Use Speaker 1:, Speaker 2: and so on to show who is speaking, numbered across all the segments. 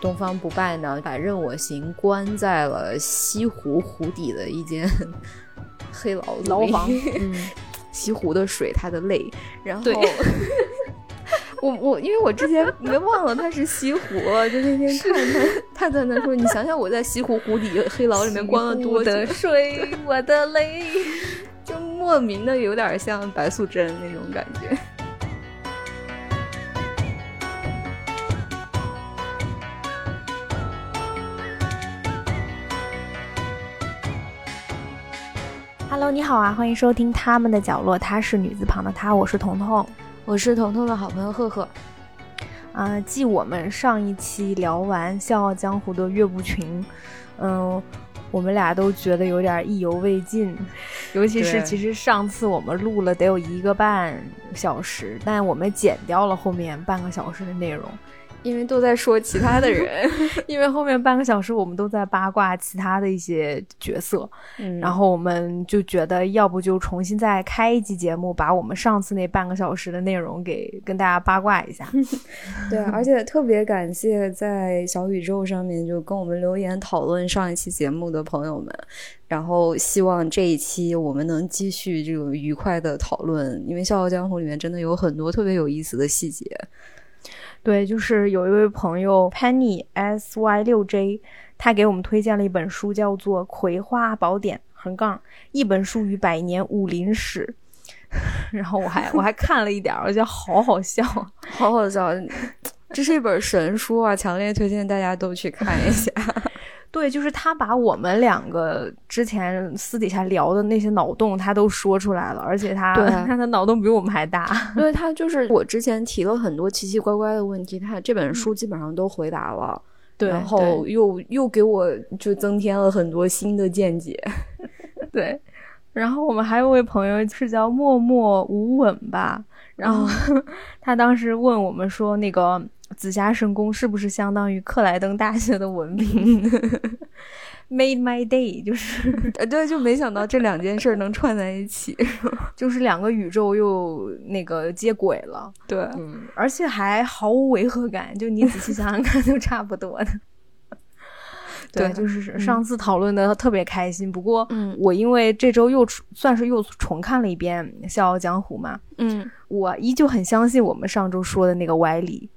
Speaker 1: 东方不败呢，把任我行关在了西湖湖底的一间 黑牢子
Speaker 2: 牢
Speaker 1: 里
Speaker 2: 房。嗯，
Speaker 1: 西湖的水，他的泪。然后
Speaker 2: 对，
Speaker 1: 我我因为我之前没忘了他是西湖了，就那天看他他在那说，你想想我在西湖湖底黑牢里面关了多久，
Speaker 2: 的水，我的泪。
Speaker 1: 就莫名的有点像白素贞那种感觉。
Speaker 3: Hello，你好啊，欢迎收听他们的角落，她是女字旁的她，我是彤彤。
Speaker 1: 我是彤彤的好朋友赫赫，
Speaker 3: 啊、继我们上一期聊完《笑傲江湖》的岳不群，嗯，我们俩都觉得有点意犹未尽，尤其是
Speaker 1: 对
Speaker 3: 其实上次我们录了得有一个半小时，但我们剪掉了后面半个小时的内容，
Speaker 1: 因为都在说其他 的人，
Speaker 3: 因为后面半个小时我们都在八卦其他的一些角色，
Speaker 1: 嗯
Speaker 3: 然后我们就觉得，要不就重新再开一期节目，把我们上次那半个小时的内容给跟大家八卦一下。
Speaker 1: 对，而且特别感谢在小宇宙上面就跟我们留言讨论上一期节目的朋友们，然后希望这一期我们能继续这种愉快的讨论，因为《笑傲江湖》里面真的有很多特别有意思的细节。
Speaker 3: 对，就是有一位朋友 Penny S Y 六 J，他给我们推荐了一本书，叫做《葵花宝典》横杠一本书与百年武林史。 然后我还我还看了一点儿，我觉得好好笑。啊
Speaker 1: 好好笑， 这是一本神书啊，强烈推荐大家都去看一 下。
Speaker 3: 对，就是他把我们两个之前私底下聊的那些脑洞，他都说出来了，而且他
Speaker 1: 对
Speaker 3: 他的脑洞比我们还大。
Speaker 1: 因为他就是我之前提了很多奇奇怪怪的问题，他这本书基本上都回答了。
Speaker 3: 对，
Speaker 1: 然后又又给我就增添了很多新的见解。
Speaker 3: 对，然后我们还有位朋友是叫默默无吻吧，然后 他当时问我们说，那个紫霞神功是不是相当于克莱登大学的文凭 ？Made my day，就是
Speaker 1: 呃，对，就没想到这两件事儿能串在一起。
Speaker 3: 就是两个宇宙又那个接轨了，
Speaker 1: 对，
Speaker 3: 嗯，而且还毫无违和感，就你仔细想想看，都 差不多的。对，
Speaker 1: 对
Speaker 3: 就是上次讨论的特别开心，不过
Speaker 1: 嗯
Speaker 3: 我因为这周又重算是又重看了一遍《笑傲江湖》嘛，
Speaker 1: 嗯，
Speaker 3: 我依旧很相信我们上周说的那个歪理，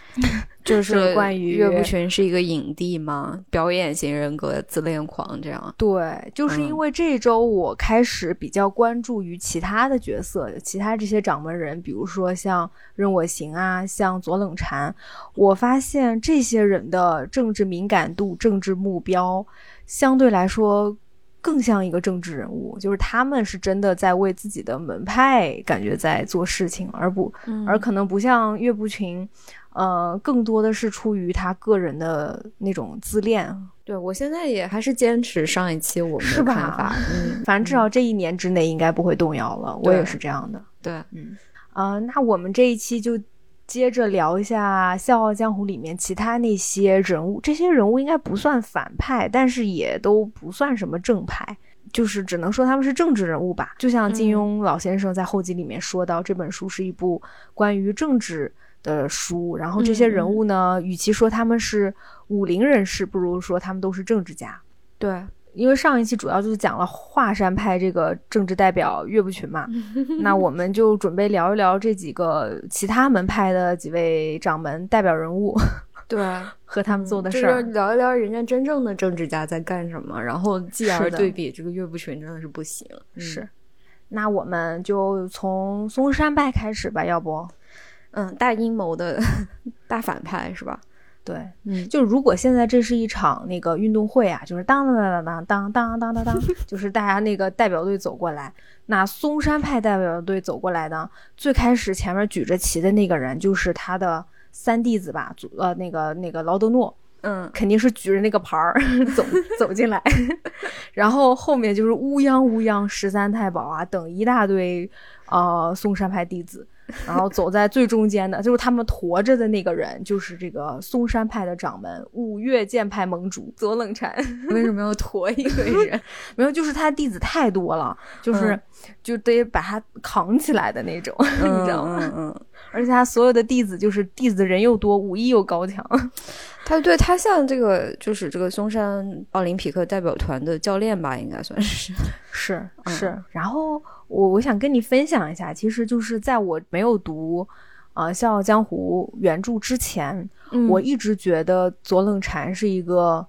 Speaker 1: 就
Speaker 3: 就是关于
Speaker 1: 岳不群是一个影帝嘛，表演型人格、自恋狂这样。
Speaker 3: 对，就是因为这周我开始比较关注于其他的角色，其他这些掌门人，比如说像任我行啊，像左冷禅，我发现这些人的政治敏感度、政治目标，相对来说更像一个政治人物，就是他们是真的在为自己的门派感觉在做事情，而不
Speaker 1: 嗯
Speaker 3: 而可能不像岳不群，呃，更多的是出于他个人的那种自恋。
Speaker 1: 对我现在也还是坚持上一期我们
Speaker 3: 是
Speaker 1: 的
Speaker 3: 吧
Speaker 1: 看法。 嗯，
Speaker 3: 反正至少这一年之内应该不会动摇了。我
Speaker 1: 对
Speaker 3: 也是这样的。
Speaker 1: 对，
Speaker 3: 啊、那我们这一期就接着聊一下《笑傲江湖》里面其他那些人物，这些人物应该不算反派，但是也都不算什么正派。就是只能说他们是政治人物吧，就像
Speaker 1: 嗯
Speaker 3: 金庸老先生在后记里面说到，这本书是一部关于政治的书。然后这些
Speaker 1: 嗯嗯
Speaker 3: 人物呢，与其说他们是武林人士，不如说他们都是政治家。
Speaker 1: 对，
Speaker 3: 因为上一期主要就是讲了华山派这个政治代表岳不 群嘛，那我们就准备聊一聊这几个其他门派的几位掌门代表人物
Speaker 1: 对，
Speaker 3: 和他们做的
Speaker 1: 嗯就
Speaker 3: 事
Speaker 1: 是
Speaker 3: 儿。
Speaker 1: 聊一聊人家真正的政治家在干什么，然后继而
Speaker 3: 是的
Speaker 1: 对比这个岳不群真的是不行。嗯
Speaker 3: 是，那我们就从嵩山派开始吧，要不？
Speaker 1: 嗯，大阴谋的 大反派是吧？
Speaker 3: 对，
Speaker 1: 嗯，
Speaker 3: 就如果现在这是一场那个运动会啊，就是当当当当当当当当当，就是大家那个代表队走过来，那嵩山派代表队走过来呢，最开始前面举着旗的那个人就是他的三弟子吧，祖呃那个那个劳德诺，
Speaker 1: 嗯，
Speaker 3: 肯定是举着那个牌儿 走走进来，然后后面就是乌泱乌泱十三太保啊等一大堆呃嵩山派弟子，然后走在最中间的就是他们驮着的那个人，就是这个嵩山派的掌门五岳剑派盟主左冷禅，
Speaker 1: 为什么要驮一个 人？
Speaker 3: 没有，就是他弟子太嗯嗯多了，就是、就得把他扛起来的那种，你知道吗？
Speaker 1: 嗯，
Speaker 3: 而且他所有的弟子就是弟子人又多，武艺又高强。
Speaker 1: 他对他像这个就是这个嵩山奥林匹克代表团的教练吧，应该算是。
Speaker 3: 是
Speaker 1: 嗯
Speaker 3: 是，然后我我想跟你分享一下，其实就是在我没有读啊《笑傲江湖》原著之前，
Speaker 1: 嗯
Speaker 3: 我一直觉得左冷禅是一个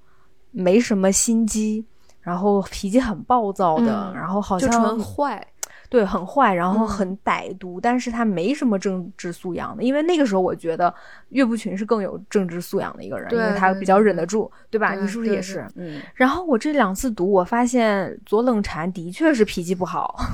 Speaker 3: 没什么心机，然后脾气很暴躁的，
Speaker 1: 嗯
Speaker 3: 然后好
Speaker 1: 就
Speaker 3: 像
Speaker 1: 纯坏，
Speaker 3: 对很坏，然后
Speaker 1: 嗯
Speaker 3: 很歹毒，但是他没什么政治素养的。因为那个时候我觉得岳不群是更有政治素养的一个人，因为
Speaker 1: 对
Speaker 3: 他
Speaker 1: 对
Speaker 3: 比较
Speaker 1: 对
Speaker 3: 忍得住，对吧？你
Speaker 1: 对
Speaker 3: 是不是
Speaker 1: 对
Speaker 3: 也
Speaker 1: 对
Speaker 3: 是？
Speaker 1: 嗯，
Speaker 3: 然后我这两次读，我发现左冷禅的确是脾气不好，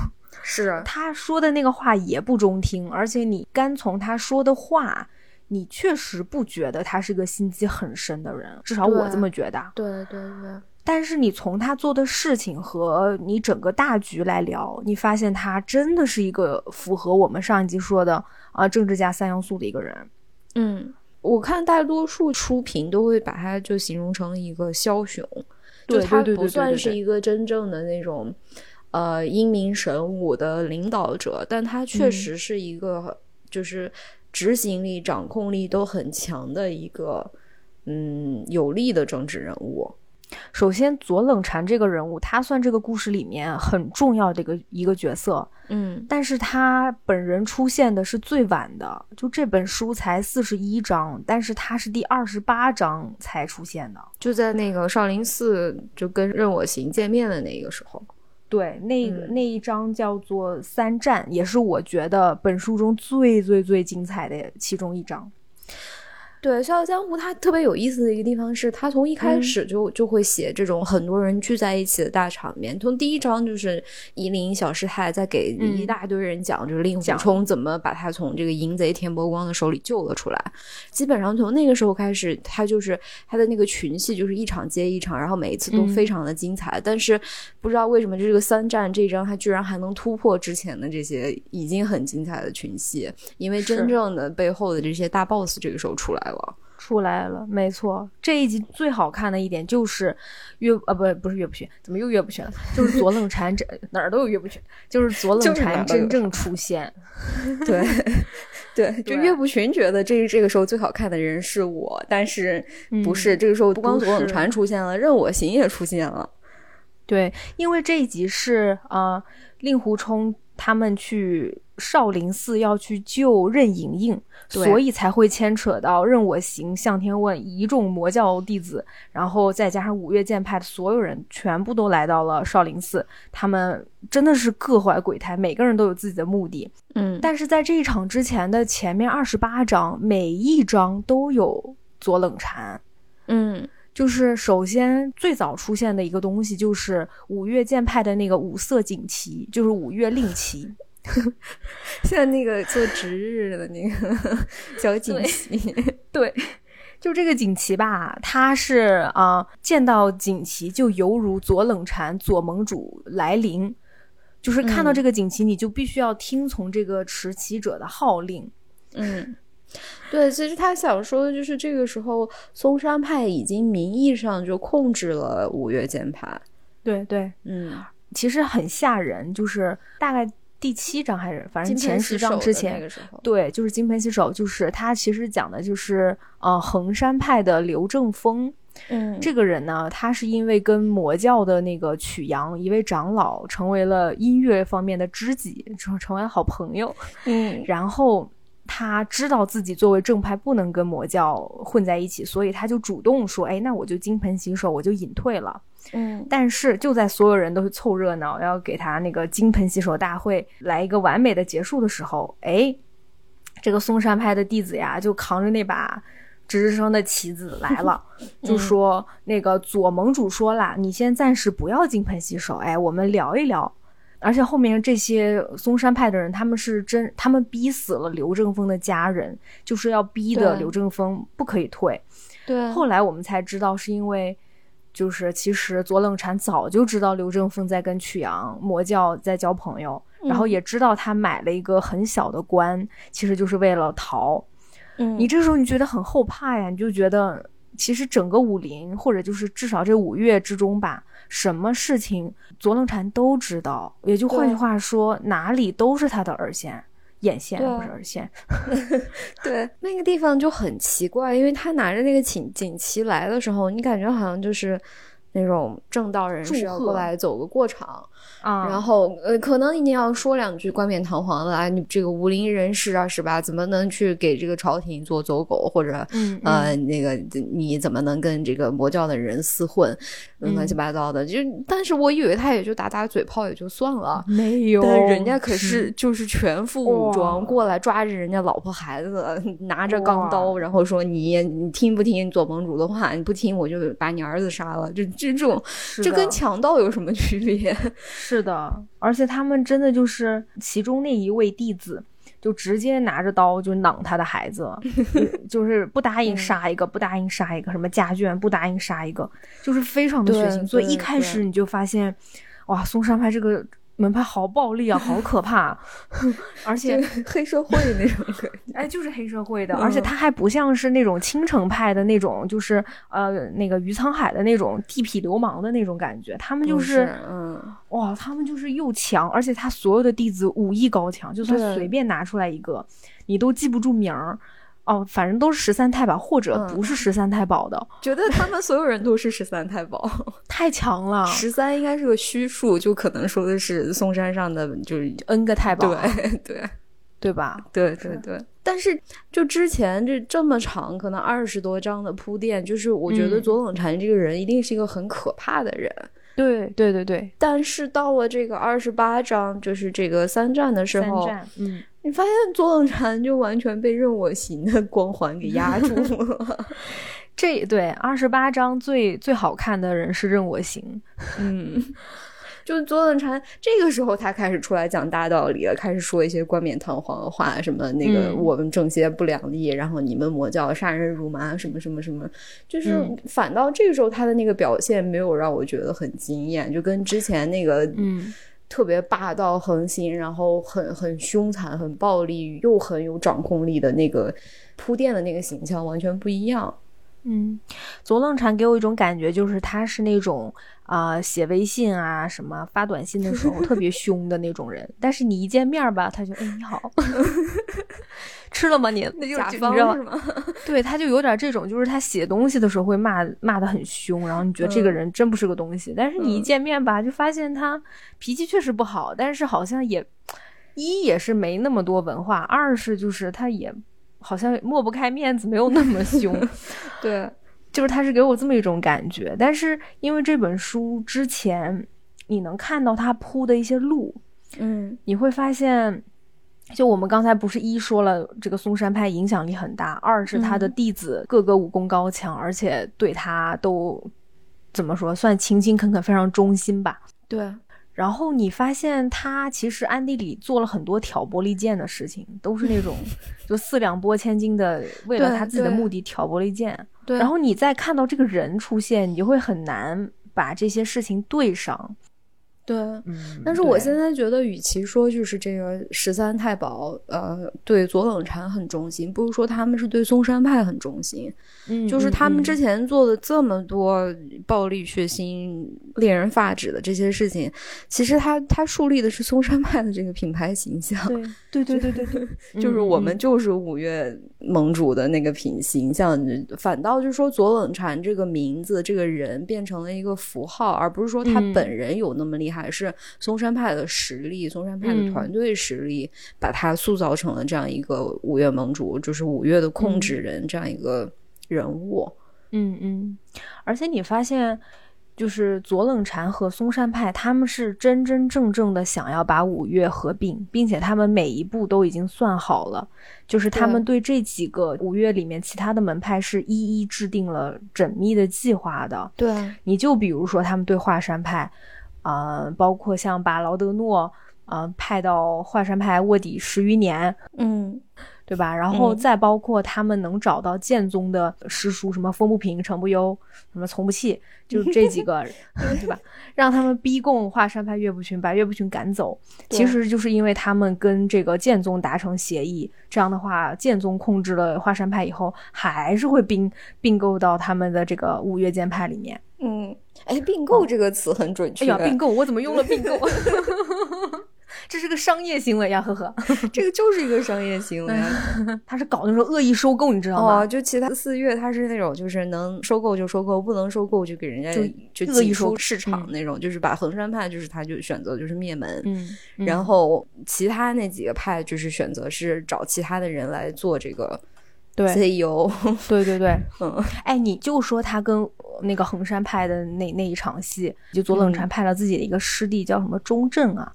Speaker 1: 是
Speaker 3: 他说的那个话也不中听，而且你单从他说的话，你确实不觉得他是个心机很深的人，至少我
Speaker 1: 对
Speaker 3: 这么觉得。
Speaker 1: 对对对，
Speaker 3: 但是你从他做的事情和你整个大局来聊，你发现他真的是一个符合我们上一集说的啊、政治家三要素的一个人。
Speaker 1: 嗯，我看大多数书评都会把它就形容成一个枭雄，就
Speaker 3: 对对
Speaker 1: 他
Speaker 3: 对对
Speaker 1: 不
Speaker 3: 对对
Speaker 1: 算
Speaker 3: 对
Speaker 1: 是一个真正的那种呃英明神武的领导者，但他确
Speaker 3: 嗯
Speaker 1: 实是一个就是执行力、掌控力都很强的一个嗯有力的政治人物。
Speaker 3: 首先，左冷禅这个人物，他算这个故事里面很重要的一个一个角色。
Speaker 1: 嗯
Speaker 3: 但是他本人出现的是最晚的，就这本书才四十一章，但是他是第二十八章才出现的。
Speaker 1: 就在那个少林寺就跟任我行见面的那个时候，
Speaker 3: 对，那个、
Speaker 1: 嗯
Speaker 3: 那一章叫做《三战》，也是我觉得本书中最最最精彩的其中一章。
Speaker 1: 对《笑傲江湖》，它特别有意思的一个地方是，它从一开
Speaker 3: 嗯
Speaker 1: 始就、就会写这种很多人聚在一起的大场面。从第一章就是夷陵小师太在给
Speaker 3: 嗯
Speaker 1: 一大堆人讲，就是令狐
Speaker 3: 讲
Speaker 1: 冲怎么把他从这个淫贼田伯光的手里救了出来。基本上从那个时候开始，他就是他的那个群戏就是一场接一场，然后每一次都
Speaker 3: 嗯
Speaker 1: 非常的精彩。但是不知道为什么这个三战这一章，他居然还能突破之前的这些已经很精彩的群戏，因为
Speaker 3: 是
Speaker 1: 真正的背后的这些大 boss 这个时候出来了。
Speaker 3: 出来了，没错。这一集最好看的一点就是岳啊，不不是岳不群，怎么又岳不群了？就是左冷禅这 哪儿都有岳不群，就是左冷
Speaker 1: 就是哪
Speaker 3: 禅
Speaker 1: 儿都有
Speaker 3: 真正出现。
Speaker 1: 对，对，就
Speaker 3: 对
Speaker 1: 岳不群觉得这这个时候最好看的人是我，但是不
Speaker 3: 嗯
Speaker 1: 是、这个时候不光
Speaker 3: 不
Speaker 1: 左冷
Speaker 3: 是
Speaker 1: 禅出现了，任我行也出现了。
Speaker 3: 对，因为这一集是呃，令狐冲他们去少林寺要去救任盈盈，
Speaker 1: 对
Speaker 3: 所以才会牵扯到任我行、向天问一众魔教弟子，然后再加上五岳剑派的所有人，全部都来到了少林寺。他们真的是各怀鬼胎，每个人都有自己的目的。
Speaker 1: 嗯但
Speaker 3: 但是在这一场之前的前面二十八章，每一章都有左冷禅。
Speaker 1: 嗯
Speaker 3: 就是首先最早出现的一个东西，就是五岳剑派的那个五色锦旗，就是五岳令旗。
Speaker 1: 现在那个做值日的那个 小锦旗，
Speaker 3: 对，就这个锦旗吧，它是啊、呃见到锦旗就犹如左冷禅、左盟主来临，就是看到
Speaker 1: 嗯
Speaker 3: 这个锦旗，你就必须要听从这个持旗者的号令。
Speaker 1: 嗯。对，其实他想说的就是，这个时候嵩山派已经名义上就控制了五岳剑派。
Speaker 3: 对对，
Speaker 1: 嗯，
Speaker 3: 其实很吓人，就是大概第七章还是反正
Speaker 1: 金
Speaker 3: 前
Speaker 1: 盆
Speaker 3: 十
Speaker 1: 洗手
Speaker 3: 章
Speaker 1: 的
Speaker 3: 之前
Speaker 1: 那，个时候，
Speaker 3: 对，就是金盆洗手，就是他其实讲的就是呃衡山派的刘正风、
Speaker 1: 嗯
Speaker 3: 这个人呢，他是因为跟魔教的那个曲阳一位长老成为了音乐方面的知己，成成为了好朋友，
Speaker 1: 嗯
Speaker 3: 然后。他知道自己作为正派不能跟魔教混在一起，所以他就主动说：“哎，那我就金盆洗手，我就隐退了。”
Speaker 1: 嗯，
Speaker 3: 但是就在所有人都是凑热闹，要给他那个金盆洗手大会来一个完美的结束的时候，哎，这个嵩山派的弟子呀，就扛着那把值日生的旗子来了，就说那个左盟主说啦，你先暂时不要金盆洗手，哎，我们聊一聊。而且后面这些嵩山派的人，他们是真，他们逼死了刘正风的家人，就是要逼的
Speaker 1: 对
Speaker 3: 刘正风不可以退。
Speaker 1: 对
Speaker 3: 后来我们才知道，是因为就是其实左冷禅早就知道刘正风在跟曲阳魔教在交朋友，然
Speaker 1: 嗯
Speaker 3: 后也知道他买了一个很小的官，其实就是为了逃。
Speaker 1: 嗯
Speaker 3: 你这时候你觉得很后怕呀，你就觉得其实整个武林或者就是至少这五岳之中吧，什么事情左冷禅都知道，也就换句
Speaker 1: 对
Speaker 3: 话说，哪里都是他的耳线。眼线
Speaker 1: 对啊
Speaker 3: 不是耳线，
Speaker 1: 对， 那个地方就很奇怪，因为他拿着那个锦锦旗来的时候，你感觉好像就是那种正道人
Speaker 3: 祝
Speaker 1: 士要
Speaker 3: 贺
Speaker 1: 过来走个过场，
Speaker 3: 啊，
Speaker 1: 然后呃，可能你要说两句冠冕堂皇的啊，你这个无陵人士啊，是吧？怎么能去给这个朝廷做走狗，或者
Speaker 3: 嗯
Speaker 1: 呃，那个你怎么能跟这个魔教的人厮混，
Speaker 3: 嗯
Speaker 1: 乱七八糟的？就但是我以为他也就打打嘴炮也就算了。
Speaker 3: 没有，
Speaker 1: 但人家可是就是全副武装
Speaker 3: 哇
Speaker 1: 过来，抓着人家老婆孩子，拿着钢
Speaker 3: 哇
Speaker 1: 刀，然后说你你听不听左盟主的话？你不听我就把你儿子杀了。这这这种，
Speaker 3: 是
Speaker 1: 这跟
Speaker 3: 的
Speaker 1: 强盗有什么区别？
Speaker 3: 是的，而且他们真的就是其中那一位弟子，就直接拿着刀就攮他的 孩子，就是不答应
Speaker 1: 嗯
Speaker 3: 杀一个，不答应杀一个，什么家眷不答应杀一个，就是非常的血
Speaker 1: 对
Speaker 3: 腥。所以一
Speaker 1: 对
Speaker 3: 开
Speaker 1: 对
Speaker 3: 始你就发现，哇，嵩山派这个门派好暴力啊，好可怕、 而且
Speaker 1: 就黑社会那种感 觉。
Speaker 3: 哎，就是黑社会的，
Speaker 1: 嗯
Speaker 3: 而且他还不像是那种青城派的那种，就是呃那个于沧海的那种地痞流氓的那种感觉，他们就
Speaker 1: 不
Speaker 3: 是
Speaker 1: 嗯，
Speaker 3: 哇，他们就是又强，而且他所有的弟子武艺高强，就算
Speaker 1: 对
Speaker 3: 随便拿出来一个，你都记不住名儿。哦，反正都是十三太保或者
Speaker 1: 嗯
Speaker 3: 不是十三太保的，
Speaker 1: 觉得他们所有人都是十三 太保，啊
Speaker 3: 太强了。
Speaker 1: 十三应该是个虚数，就可能说的是嵩山上的就是
Speaker 3: N 个太保，
Speaker 1: 对对
Speaker 3: 对吧？
Speaker 1: 对对对。但是就之前这这么长，可能二十多章的铺垫，就是我觉得
Speaker 3: 嗯
Speaker 1: 左冷禅这个人一定是一个很可怕的人。
Speaker 3: 对对对对，
Speaker 1: 但是到了这个二十八章，就是这个三战的时
Speaker 3: 三
Speaker 1: 候，
Speaker 3: 战，嗯，
Speaker 1: 你发现左冷禅就完全被任我行的光环给压住了。
Speaker 3: 这对二十八章最最好看的人是任我行，
Speaker 1: 嗯，就是左冷禅这个时候他开始出来讲大道理了，开始说一些冠冕堂皇的话，什么那个
Speaker 3: 嗯
Speaker 1: 我们正邪不两立，然后你们魔教杀人如麻，什么什么什么，就是
Speaker 3: 嗯
Speaker 1: 反倒这个时候他的那个表现没有让我觉得很惊艳，就跟之前那个
Speaker 3: 嗯
Speaker 1: 特别霸道横行，然后很很凶残、很暴力又很有掌控力的那个铺垫的那个形象完全不一样。
Speaker 3: 嗯，左冷禅给我一种感觉，就是他是那种啊、写微信啊什么发短信的时候 特别凶的那种人，但是你一见面儿吧，他就哎你好，吃了吗你？
Speaker 1: 那
Speaker 3: 就
Speaker 1: 甲
Speaker 3: 你
Speaker 1: 方
Speaker 3: 知道
Speaker 1: 是吗？
Speaker 3: 对，他就有点这种，就是他写东西的时候会骂骂的很凶，然后你觉得这个
Speaker 1: 嗯
Speaker 3: 人真不是个东西，但是你一
Speaker 1: 嗯
Speaker 3: 见面吧，就发现他脾气确实不好，但是好像也一也是没那么多文化，二是就是他也好像抹不开面子，没有那么凶。
Speaker 1: 对，
Speaker 3: 就是他是给我这么一种感觉。但是因为这本书之前，你能看到他铺的一些路，
Speaker 1: 嗯
Speaker 3: 你会发现，就我们刚才不是一说了，这个嵩山派影响力很大，二是
Speaker 1: 嗯
Speaker 3: 他的弟子个个武功高强，而且对他都怎么说，算勤勤恳恳，非常忠心吧。
Speaker 1: 对，
Speaker 3: 然后你发现他其实暗地里做了很多挑拨离间的事情，都是 那种就四两拨千斤的，为了
Speaker 1: 对
Speaker 3: 他自己的
Speaker 1: 对
Speaker 3: 目的挑拨离间。
Speaker 1: 对
Speaker 3: 然后你再看到这个人出现，你就会很难把这些事情对上。
Speaker 1: 对。
Speaker 3: 嗯
Speaker 1: 但是我现在觉得，与其说就是这个十三太保，呃，对左冷禅很忠心，不如说他们是对嵩山派很忠心。
Speaker 3: 嗯
Speaker 1: 就是他们之
Speaker 3: 前
Speaker 1: 前做的这么多暴力、血腥、令人发指的这些事情，其实他他树立的是嵩山派的这个品牌形象，
Speaker 3: 对对对对对对，
Speaker 1: 就是我们
Speaker 3: 嗯
Speaker 1: 就是五岳盟主的那个品形象。反倒就是说左冷禅这个名字、这个人变成了一个符号，而不是说他
Speaker 3: 嗯
Speaker 1: 本人有那么厉害，是嵩山派的实力、嵩山派的
Speaker 3: 嗯
Speaker 1: 团队实力、把他塑造成了这样一个五岳盟主，就是五岳的控制人、这样一个人物。
Speaker 3: 嗯嗯，而且你发现。就是左冷禅和嵩山派，他们是真真正正的想要把五岳合并，并且他们每一步都已经算好了，就是他们对这几个五岳里面其他的门派是一一制定了缜密的计划的。
Speaker 1: 对，
Speaker 3: 你就比如说他们对华山派，呃，包括像把劳德诺，呃，派到华山派卧底十余年，
Speaker 1: 嗯，
Speaker 3: 对吧？然后
Speaker 1: 嗯
Speaker 3: 再包括他们能找到剑宗的师叔，什么风不平、程不忧、什么从不弃，就这几个， 对吧？让他们逼供华山派岳不群，把岳不群赶走，
Speaker 1: 对
Speaker 3: 其实就是因为他们跟这个剑宗达成协议，这样的话，剑宗控制了华山派以后，还是会并并购到他们的这个五岳剑派里面。
Speaker 1: 嗯，哎，并购这个词很准确。
Speaker 3: 哎呀，并购，我怎么用了并购？
Speaker 4: 这是个商业行为呀，呵呵。
Speaker 1: 这个就是一个商业行为。啊
Speaker 3: 他是搞那种恶意收购，你知道吗？
Speaker 1: 哦，就其他四月它是那种就是能收购就收购，不能收购就给人家
Speaker 3: 就
Speaker 1: 就
Speaker 3: 恶意
Speaker 1: 挤
Speaker 3: 收
Speaker 1: 出市场那种，就是把衡山派就是他就选择就是灭门，
Speaker 3: 嗯，
Speaker 1: 然后其他那几个派就是选择是找其他的人来做这个 E
Speaker 3: 对
Speaker 1: CEO，
Speaker 3: 对对对，
Speaker 1: 嗯，
Speaker 3: 哎，你就说他跟那个衡山派的那那一场戏，就左冷禅派了自己的一个师弟叫什么钟正啊，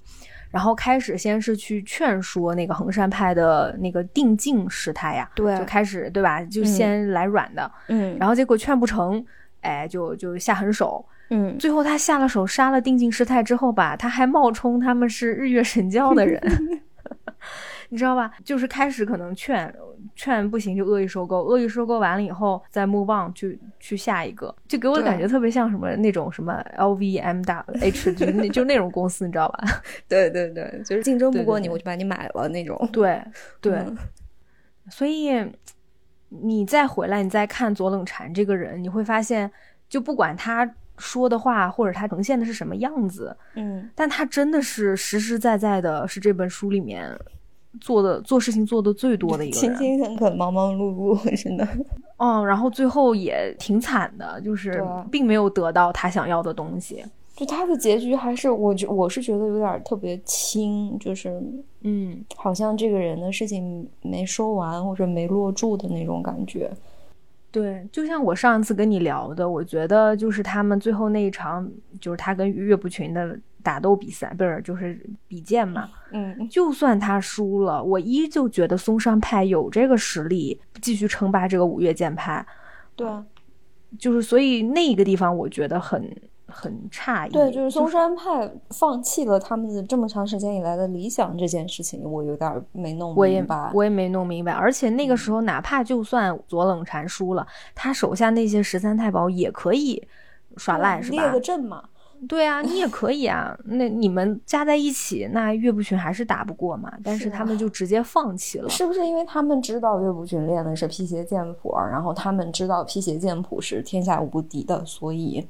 Speaker 3: 然后开始先是去劝说那个衡山派的那个定境师太呀，
Speaker 1: 对
Speaker 3: 就开始对吧，就先来软的，
Speaker 1: 嗯，
Speaker 3: 然后结果劝不成，哎，就就下狠手，
Speaker 1: 嗯，
Speaker 3: 最后他下了手杀了定境师太之后吧，他还冒充他们是日月神教 的人，你知道吧？就是开始可能劝劝不行就恶意收购，恶意收购完了以后再 move on 去去下一个，就给我的
Speaker 1: 对
Speaker 3: 感觉特别像什么那种什么 LVMH 就 那就那种公司，你知道吧？
Speaker 1: 对对对，就是竞争不过
Speaker 3: 对对
Speaker 1: 你，
Speaker 3: 对
Speaker 1: 我就把你买了那种。
Speaker 3: 对对，
Speaker 1: 嗯
Speaker 3: 所以你再回来，你再看左冷禅这个人，你会发现，就不管他说的话或者他呈现的是什么样子，
Speaker 1: 嗯，
Speaker 3: 但他真的是实实在在的，是这本书里面做的做事情做的最多的一个
Speaker 1: 勤
Speaker 3: 人。
Speaker 1: 勤恳恳、忙忙碌碌， 真的。
Speaker 3: 嗯，然后最后也挺惨的，就是
Speaker 1: 对啊
Speaker 3: 并没有得到他想要的东西。
Speaker 1: 就他的结局还是我觉我是觉得有点特别轻，就是
Speaker 3: 嗯，
Speaker 1: 好像这个人的事情没说完或者没落住的那种感觉。
Speaker 3: 对，就像我上次跟你聊的，我觉得就是他们最后那一场，就是他跟岳不群的打斗比赛，不是就是比剑嘛。
Speaker 1: 嗯，
Speaker 3: 就算他输了，我依旧觉得松山派有这个实力继续称霸这个五岳剑派。
Speaker 1: 对啊，
Speaker 3: 就是所以那个地方我觉得很很诧异。
Speaker 1: 嗯对，就是松山派放弃了他们的这么长时间以来的理想这件事情，我有嗯点没弄
Speaker 3: 我也
Speaker 1: 明白。
Speaker 3: 我也没弄明白，而且那个时候哪怕就算左冷禅输了，他手下那些十三太保也可以耍赖，是
Speaker 1: 嗯列
Speaker 3: 吧
Speaker 1: 啊个？阵嘛，
Speaker 3: 对啊，你也可以啊。那你们加在一起，那岳不群还是打不过嘛？但是
Speaker 1: 是啊
Speaker 3: 他们就直接放弃了。
Speaker 1: 是不是因为他们知道岳不群练的是辟邪剑谱啊，然后他们知道辟邪剑谱是天下无敌的，所以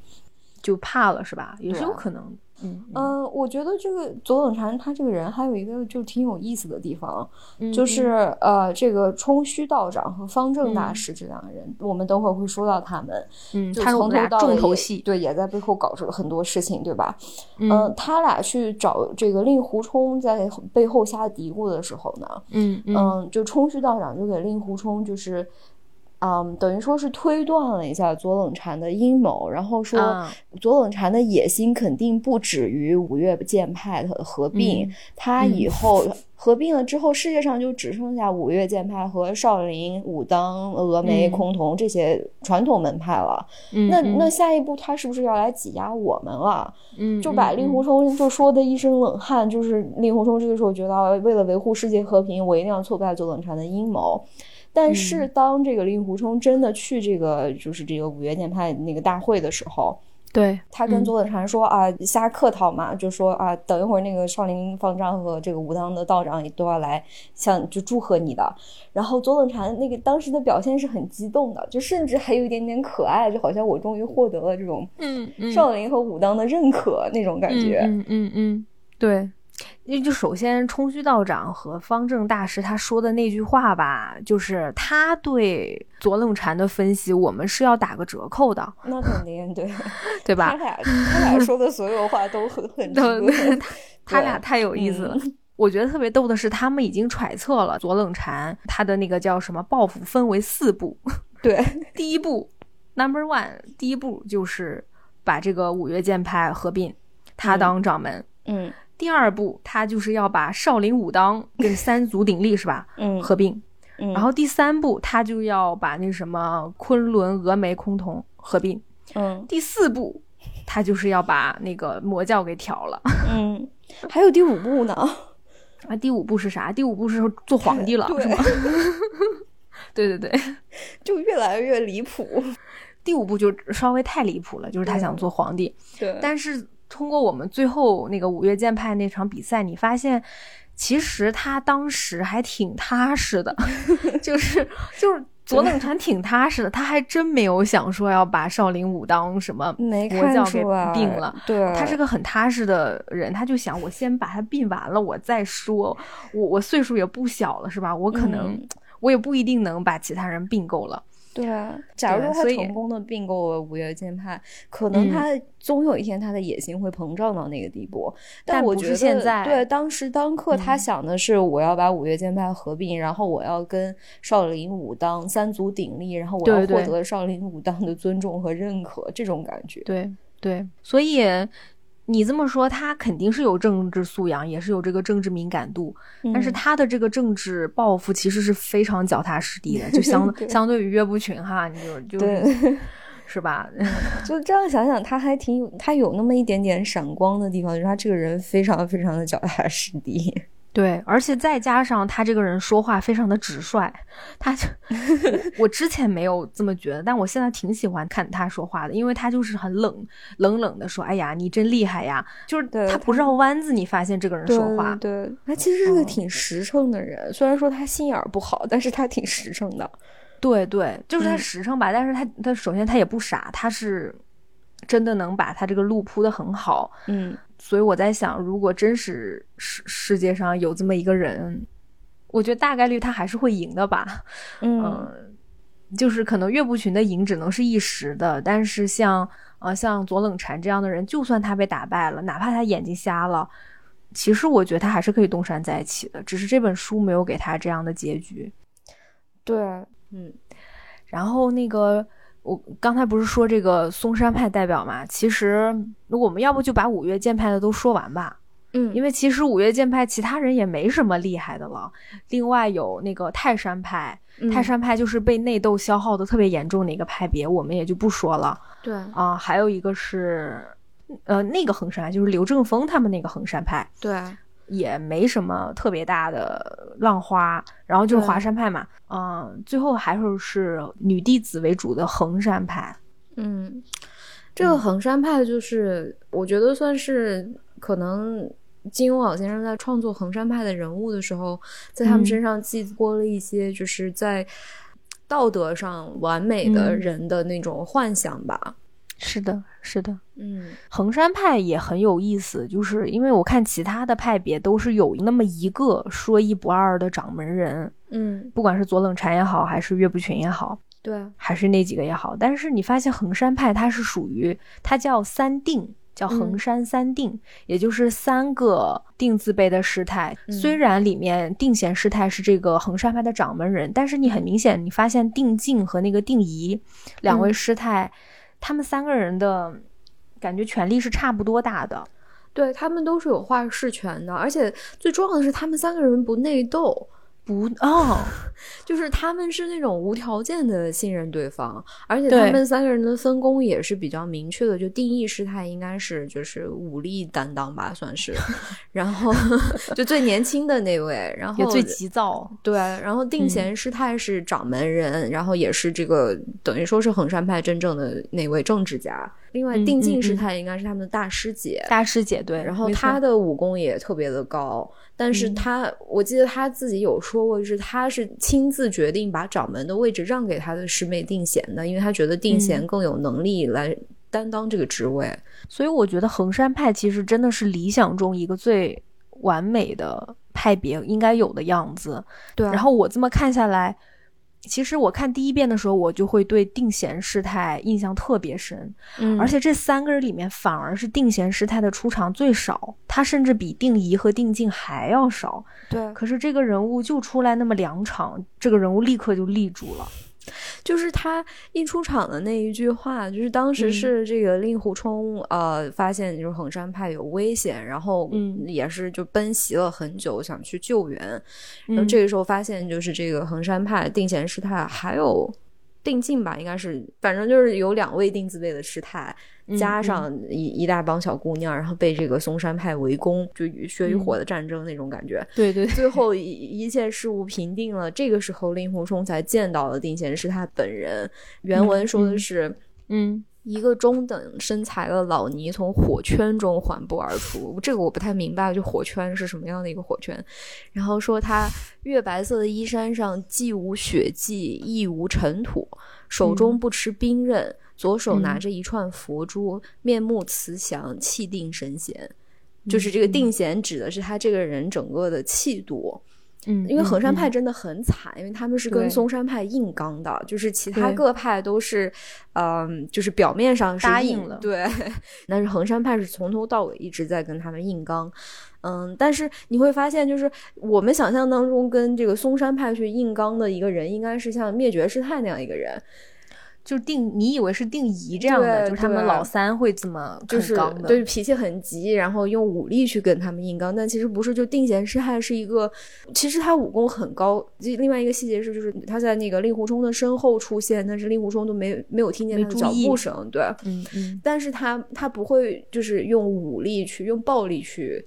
Speaker 3: 就怕了是吧？也是
Speaker 1: 对啊
Speaker 3: 有可能。嗯嗯
Speaker 1: 嗯，我觉得这个左冷禅他这个人还有一个就挺有意思的地方，
Speaker 3: 嗯，
Speaker 1: 就是呃，这个冲虚道长和方正大
Speaker 3: 嗯
Speaker 1: 师这两个人，我们等会儿会说到他们，
Speaker 3: 嗯，
Speaker 1: 就
Speaker 3: 他是我
Speaker 1: 从
Speaker 3: 们俩
Speaker 1: 头到
Speaker 3: 重头
Speaker 1: 尾
Speaker 3: 戏。
Speaker 1: 对，也在背后搞出了很多事情，对吧？呃
Speaker 3: 嗯
Speaker 1: 他俩去找这个令狐冲在背后下嘀咕的时候呢，
Speaker 3: 嗯嗯
Speaker 1: 嗯，就冲虚道长就给令狐冲就是，嗯，等于说是推断了一下左冷禅的阴谋，然后说
Speaker 3: 啊
Speaker 1: 左冷禅的野心肯定不止于五岳剑派的合并，
Speaker 3: 嗯
Speaker 1: 他以后合并了之后，世界上就只剩下五岳剑派和少林、武当、峨眉、
Speaker 3: 嗯
Speaker 1: 崆峒这些传统门派了。
Speaker 3: 嗯，
Speaker 1: 那
Speaker 3: 嗯
Speaker 1: 那下一步他是不是要来挤压我们了？
Speaker 3: 嗯
Speaker 1: 就把
Speaker 3: 嗯
Speaker 1: 令
Speaker 3: 嗯
Speaker 1: 狐冲就说的一身冷汗，就是令狐冲这个时候觉得啊为了维护世界和平，我一定要挫败左冷禅的阴谋。但是
Speaker 3: 嗯
Speaker 1: 当这个令狐冲真的去这个就是这个五岳剑派那个大会的时候，
Speaker 3: 对
Speaker 1: 他
Speaker 3: 嗯
Speaker 1: 跟左冷禅说啊，瞎客套嘛，就说啊，等一会儿那个少林方丈和这个武当的道长也都要来向就祝贺你的。然后左冷禅那个当时的表现是很激动的，就甚至还有一点点可爱，就好像我终于获得了这种
Speaker 3: 嗯嗯
Speaker 1: 少林和武当的认可那种感觉。
Speaker 3: 嗯嗯嗯嗯，对。因为就首先，冲虚道长和方正大师他说的那句话吧，就是他对左冷禅的分析，我们是要打个折扣的，
Speaker 1: 那肯定对，
Speaker 3: 对
Speaker 1: 他
Speaker 3: 吧？
Speaker 1: 俩他俩说的所有话都很很 值
Speaker 3: 都
Speaker 1: 得。
Speaker 3: 他俩太有意思了。 我觉得特别逗的是，他们已经揣测了左冷禅他的那个叫什么报复分为四步，
Speaker 1: 对，
Speaker 3: 第一步，number one，第一步就是把这个五岳剑派合并，他当掌门。
Speaker 1: 嗯
Speaker 3: 第二步，他就是要把少林、武当跟三足鼎立是吧
Speaker 1: 嗯
Speaker 3: 合并，
Speaker 1: 嗯，
Speaker 3: 然后第三步，他就要把那什么昆仑、峨眉、崆峒合并，
Speaker 1: 嗯
Speaker 3: 第四步，他就是要把那个魔教给挑了。
Speaker 1: 嗯，还有第五步呢。
Speaker 3: 啊，第五步是啥？第五步是做皇帝 了，
Speaker 1: 对
Speaker 3: 是吗？ 对对对，
Speaker 1: 就越来越离谱。
Speaker 3: 第五步就稍微太离谱了，就是他想做皇帝，
Speaker 1: 对
Speaker 3: 但是通过我们最后那个五岳剑派那场比赛，你发现 其实他当时还挺踏实的，就是就是左冷禅挺踏实的，他还真没有想说要把少林武当什么
Speaker 1: 没
Speaker 3: 佛
Speaker 1: 看
Speaker 3: 教
Speaker 1: 出
Speaker 3: 给
Speaker 1: 来
Speaker 3: 并了。
Speaker 1: 对，
Speaker 3: 他是个很踏实的人，他就想我先把它并完了，我再说。我我岁数也不小了，是吧？我可能、
Speaker 1: 嗯
Speaker 3: 我也不一定能把其他人并购了。
Speaker 1: 对啊，假如
Speaker 3: 对
Speaker 1: 说他
Speaker 3: 所以
Speaker 1: 成功的并购了五岳剑派，可能
Speaker 3: 嗯
Speaker 1: 他总有一天他的野心会膨胀到那个地步。
Speaker 3: 但
Speaker 1: 我
Speaker 3: 不
Speaker 1: 觉
Speaker 3: 是
Speaker 1: 得，
Speaker 3: 现在嗯
Speaker 1: 对当时当刻他想的是，我要把五岳剑派合并，然后我要跟少林武当三足鼎立，然后我要
Speaker 3: 对对
Speaker 1: 获得少林武当的尊重和认可，这种感觉。
Speaker 3: 对对，所以你这么说，他肯定是有政治素养，也是有这个政治敏感度，但是
Speaker 1: 嗯
Speaker 3: 他的这个政治抱负其实是非常脚踏实地的，就相
Speaker 1: 对
Speaker 3: 相 对于岳不群哈，你就就
Speaker 1: 对
Speaker 3: 是是吧？
Speaker 1: 就这样想想，他还挺有，他有那么一点点闪光的地方，就是他这个人非常非常的脚踏实地。
Speaker 3: 对，而且再加上他这个人说话非常的直率，他就我我之前没有这么觉得，但我现在挺喜欢看他说话的，因为他就是很冷冷冷的说：“哎呀，你真厉害呀！”就是
Speaker 1: 对
Speaker 3: 他不
Speaker 1: 他
Speaker 3: 绕弯子，你发现这个人说话，
Speaker 1: 对，对他其实是个
Speaker 3: 嗯
Speaker 1: 挺实诚的人，虽然说他心眼儿不好，但是他挺实诚的。
Speaker 3: 对对就是他
Speaker 1: 嗯
Speaker 3: 实诚吧。但是他他首先他也不傻，他是真的能把他这个路铺的很好。
Speaker 1: 嗯，
Speaker 3: 所以我在想，如果真是世世界上有这么一个人，我觉得大概率他还是会赢的吧。
Speaker 1: 嗯，
Speaker 3: 嗯，就是可能岳不群的赢只能是一时的，但是像呃像左冷禅这样的人，就算他被打败了，哪怕他眼睛瞎了，其实我觉得他还是可以东山再起的，只是这本书没有给他这样的结局。
Speaker 1: 对，嗯
Speaker 3: 然后那个我刚才不是说这个嵩山派代表嘛，其实我们要不就把五岳剑派的都说完吧。
Speaker 1: 嗯，
Speaker 3: 因为其实五岳剑派其他人也没什么厉害的了，另外有那个泰山派，
Speaker 1: 为
Speaker 3: 泰山派就是被内斗消耗的特别严重的一个派别，我们也就不说了
Speaker 1: 对，
Speaker 3: 啊、还有一个是，呃，那个衡山就是刘正风他们那个衡山派，
Speaker 1: 对，
Speaker 3: 也没什么特别大的浪花。然后就是
Speaker 1: 对
Speaker 3: 华山派嘛，嗯、最后还有是女弟子为主的衡山派。
Speaker 1: 嗯，这个衡山派就是，我觉得算是可能金庸老先生在创作衡山派的人物的时候，在他们
Speaker 3: 嗯
Speaker 1: 身上寄托了一些，就是在道德上完美的
Speaker 3: 嗯
Speaker 1: 人的那种幻想吧。
Speaker 3: 是的，是的。
Speaker 1: 嗯
Speaker 3: 衡山派也很有意思，就是因为我看其他的派别都是有那么一个说一不二的掌门人，
Speaker 1: 嗯，
Speaker 3: 不管是左冷禅也好，还是岳不群也好，
Speaker 1: 对，
Speaker 3: 还是那几个也好，但是你发现衡山派它是属于它叫三定，叫衡山三定，也就是三个定字辈的师太。
Speaker 1: 嗯
Speaker 3: 虽然里面定显师太是这个衡山派的掌门人，但是你很明显你发现定静和那个定仪两位师太，他们三个人的感觉权力是差不多大的。
Speaker 1: 对他们都是有话事权的，而且最重要的是，他们三个人不内斗，
Speaker 3: 不哦，
Speaker 1: 就是他们是那种无条件的信任对方，而且
Speaker 3: 对
Speaker 1: 他们三个人的分工也是比较明确的，就定义师太应该是就是武力担当吧，算 是，然后就最年轻的那位，然
Speaker 3: 也
Speaker 1: 后
Speaker 3: 最嗯急躁。
Speaker 1: 对，然后定贤师太是掌门人，然后也是这个等于说是衡山派真正的那位政治家，另外
Speaker 3: 嗯
Speaker 1: 定
Speaker 3: 嗯
Speaker 1: 静师
Speaker 3: 嗯
Speaker 1: 太应该是他们的大师姐，
Speaker 3: 大师姐对，
Speaker 1: 然后
Speaker 3: 没错
Speaker 1: 他的武功也特别的高，但是
Speaker 3: 嗯
Speaker 1: 他、我记得他自己有说过，就是他是亲自决定把掌门的位置让给他的师妹定贤的，因为他觉得定贤
Speaker 3: 嗯
Speaker 1: 更有能力来担当这个职位。
Speaker 3: 所以我觉得衡山派其实真的是理想中一个最完美的派别应该有的样子。
Speaker 1: 对
Speaker 3: 然后我这么看下来，其实我看第一遍的时候，我就会对定贤师太印象特别深，
Speaker 1: 嗯
Speaker 3: 而且这三个人里面，反而是定贤师太的出场最少，他甚至比定仪和定静还要少。
Speaker 1: 对，
Speaker 3: 可是这个人物就出来那么两场，这个人物立刻就立住了。
Speaker 1: 就是他一出场的那一句话，就是当时
Speaker 3: 嗯
Speaker 1: 是这个令狐冲、呃发现就是衡山派有危险，然后
Speaker 3: 嗯
Speaker 1: 也是就奔袭了很久想去救援，然后
Speaker 3: 嗯
Speaker 1: 这个时候发现，就是这个衡山派、定贤师太还有定晋吧，应该是，反正就是有两位定字辈的师太，
Speaker 3: 嗯
Speaker 1: 加上一一大帮小姑娘，然后被这个嵩山派围攻，就与血与
Speaker 3: 嗯
Speaker 1: 火的战争那种感觉。
Speaker 3: 对对对
Speaker 1: 最后一一切事物平定了，这个时候令狐冲才见到了定贤师太本人。原文说的是。
Speaker 3: 嗯，
Speaker 1: 一个中等身材的老尼从火圈中缓步而出，这个我不太明白，就火圈是什么样的一个火圈。然后说他月白色的衣衫上既无血迹，亦无尘土，手中不持兵刃，左手拿着一串佛珠，面目慈祥，气定神闲。就是这个定闲指的是他这个人整个的气度。
Speaker 5: 嗯
Speaker 1: 因为衡山
Speaker 5: 嗯
Speaker 1: 派真的很惨，因为他们是跟
Speaker 5: 对
Speaker 1: 嵩山派硬刚的，就是其他
Speaker 5: 对
Speaker 1: 各派都是，嗯，就是表面上是
Speaker 3: 答
Speaker 1: 硬
Speaker 3: 应了
Speaker 1: 对， 但是衡山派是从头到尾一直在跟他们硬刚。嗯，但是你会发现，就是我们想象当中跟这个嵩山派去硬刚的一个人，应该是像灭绝师太那样一个人，
Speaker 3: 就是定你以为是定仪这样的，
Speaker 1: 对
Speaker 3: 就是他们
Speaker 1: 对
Speaker 3: 老三会这么
Speaker 1: 就是
Speaker 3: 很刚的，
Speaker 1: 对脾气很急，然后用武力去跟他们硬刚，但其实不是。就定闲师太是一个，其实他武功很高。就另外一个细节是，就是他在那个令狐冲的身后出现，但是令狐冲都没没有听见
Speaker 3: 没
Speaker 1: 他的
Speaker 3: 注
Speaker 1: 脚
Speaker 3: 意
Speaker 1: 步声，对。
Speaker 3: 嗯嗯，
Speaker 1: 但是他他不会就是用武力去用暴力去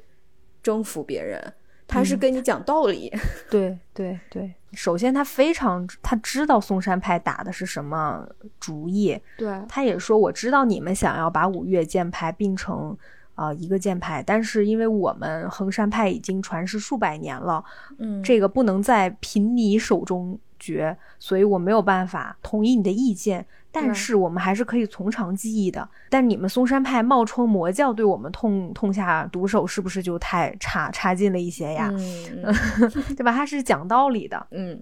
Speaker 1: 征服别人，他是
Speaker 5: 嗯
Speaker 1: 跟你讲道理。
Speaker 5: 对对对，
Speaker 3: 首先他非常他知道嵩山派打的是什么主意，
Speaker 1: 对，
Speaker 3: 他也说我知道你们想要把五岳剑派并成。啊、一个剑派，但是因为我们衡山派已经传世数百年了，
Speaker 1: 嗯
Speaker 3: 这个不能在贫尼手中决，所以我没有办法同意你的意见。但是我们还是可以从长计议的。但你们嵩山派冒充魔教对我们痛痛下毒手，是不是就太差差劲了一些呀？
Speaker 1: 嗯嗯
Speaker 3: 对吧？他是讲道理的。
Speaker 1: 嗯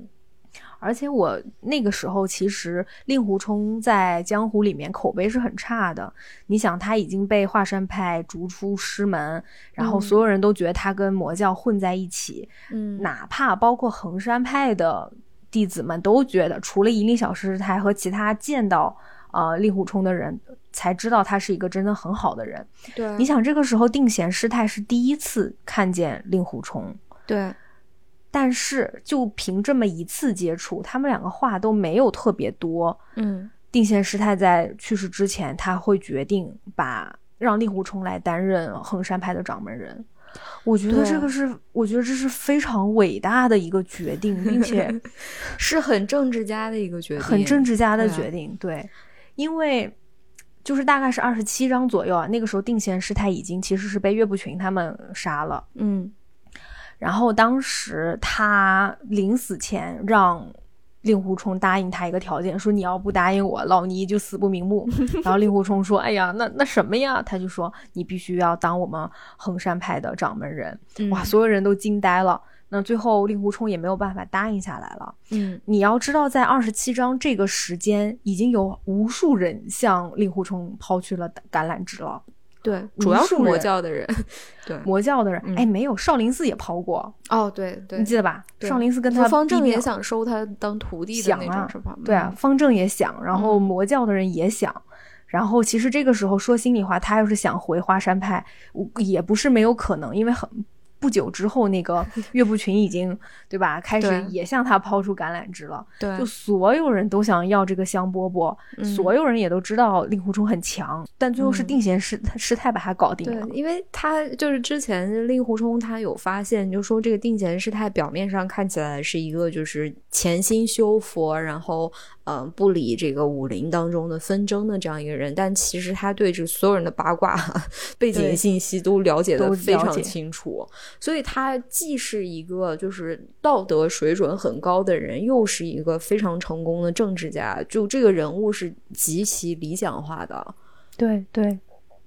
Speaker 3: 而且我那个时候其实令狐冲在江湖里面口碑是很差的。你想，他已经被华山派逐出师门，然后
Speaker 1: 嗯
Speaker 3: 所有人都觉得他跟魔教混在一起，
Speaker 1: 嗯，
Speaker 3: 哪怕包括衡山派的弟子们都觉得，除了一粒小师太和其他见到呃令狐冲的人，才知道他是一个真的很好的人。
Speaker 1: 对，
Speaker 3: 你想，这个时候定闲师太是第一次看见令狐冲，
Speaker 1: 对
Speaker 3: 但是就凭这么一次接触，他们两个话都没有特别多。
Speaker 1: 嗯
Speaker 3: 定闲师太在去世之前，他会决定把让令狐冲来担任衡山派的掌门人。我觉得
Speaker 1: 对
Speaker 3: 这个是，我觉得这是非常伟大的一个决定，并 且
Speaker 1: 是很政治家的一个决定，
Speaker 3: 很政治家的
Speaker 1: 对啊
Speaker 3: 决定。对，因为就是大概是二十七章左右啊，那个时候定闲师太已经其实是被岳不群他们杀了，
Speaker 1: 嗯
Speaker 3: 然后当时他临死前让令狐冲答应他一个条件，说你要不答应我，老尼就死不 瞑目。然后令狐冲说：“哎呀，那那什么呀？”他就说：“你必须要当我们衡山派的掌门人。”哇，
Speaker 1: 嗯
Speaker 3: 所有人都惊呆了。那最后令狐冲也没有办法答应下来了。
Speaker 1: 嗯
Speaker 3: 你要知道，在二十七章这个时间，已经有无数人向令狐冲抛去了橄榄枝了。
Speaker 1: 对，
Speaker 3: 无
Speaker 1: 主要是
Speaker 3: 数
Speaker 1: 魔
Speaker 3: 人
Speaker 1: 教的 人，对，
Speaker 3: 魔教的人，
Speaker 1: 嗯
Speaker 3: 哎，没有少林寺也抛过，
Speaker 1: 哦，对对
Speaker 3: 你，记得吧？
Speaker 1: 对
Speaker 3: 少林寺跟
Speaker 1: 就
Speaker 3: 他
Speaker 1: 方正
Speaker 3: 比哦
Speaker 1: 也
Speaker 3: 表
Speaker 1: 想收他当徒弟的
Speaker 3: 想
Speaker 1: 那
Speaker 3: 啊
Speaker 1: 种，是吧？嗯
Speaker 3: 对啊，方正也想，然后魔教的人也想。然后其实这个时候说心里话，他要是想回华山派，我也不是没有可能，因为很不久之后，那个岳不群已经对吧，开
Speaker 1: 对
Speaker 3: 始也向他抛出橄榄枝了。
Speaker 1: 对
Speaker 3: 就所有人都想要这个香饽饽，
Speaker 1: 嗯
Speaker 3: 所有人也都知道令狐冲很强，但最后是
Speaker 1: 嗯
Speaker 3: 定闲师师太把他搞定
Speaker 1: 对
Speaker 3: 了，。
Speaker 1: 因为他就是之前令狐冲，他有发现，就说这个定闲师太表面上看起来是一个就是潜心修佛，然后嗯、呃不理这个武林当中的纷争的这样一个人，但其实他对这所有人的八卦背景
Speaker 3: 对
Speaker 1: 信息都了解的
Speaker 3: 都
Speaker 1: 非
Speaker 3: 了
Speaker 1: 常
Speaker 3: 解
Speaker 1: 清楚，所以他既是一个就是道德水准很高的人，又是一个非常成功的政治家，就这个人物是极其理想化的，
Speaker 3: 对对，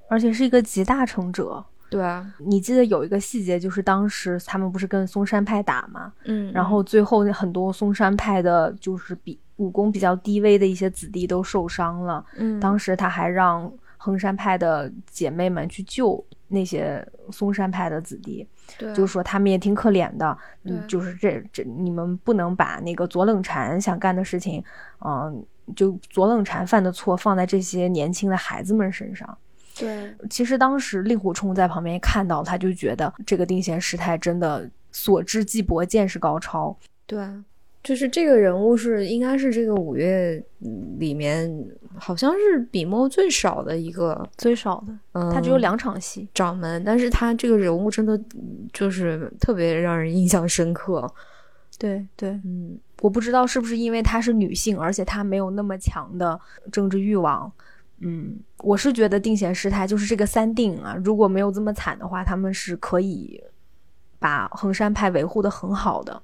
Speaker 3: 而且是一个集大成者。
Speaker 1: 对啊，
Speaker 3: 你记得有一个细节，就是当时他们不是跟嵩山派打吗？
Speaker 1: 嗯，
Speaker 3: 然后最后很多嵩山派的，就是比武功比较低微的一些子弟都受伤了。
Speaker 1: 嗯
Speaker 3: 当时他还让衡山派的姐妹们去救那些嵩山派的子弟，
Speaker 1: 对啊
Speaker 3: 就是说他们也挺可怜的。嗯
Speaker 1: 对，
Speaker 3: 就是这这你们不能把那个左冷禅想干的事情，嗯、就左冷禅犯的错放在这些年轻的孩子们身上。
Speaker 1: 对，
Speaker 3: 其实当时令狐冲在旁边看到，他就觉得这个定闲师太真的所知既薄，见识高超。
Speaker 1: 对，就是这个人物是应该是这个五月嗯里面好像是笔墨最少的一个，
Speaker 3: 最少的，
Speaker 1: 嗯，
Speaker 3: 他只有两场戏。
Speaker 1: 掌门，但是他这个人物真的嗯就是特别让人印象深刻，
Speaker 3: 对对，
Speaker 1: 嗯
Speaker 3: 我不知道是不是因为她是女性，而且她没有那么强的政治欲望。嗯，我是觉得定闲师太就是这个三定啊，如果没有这么惨的话，他们是可以把衡山派维护的很好的。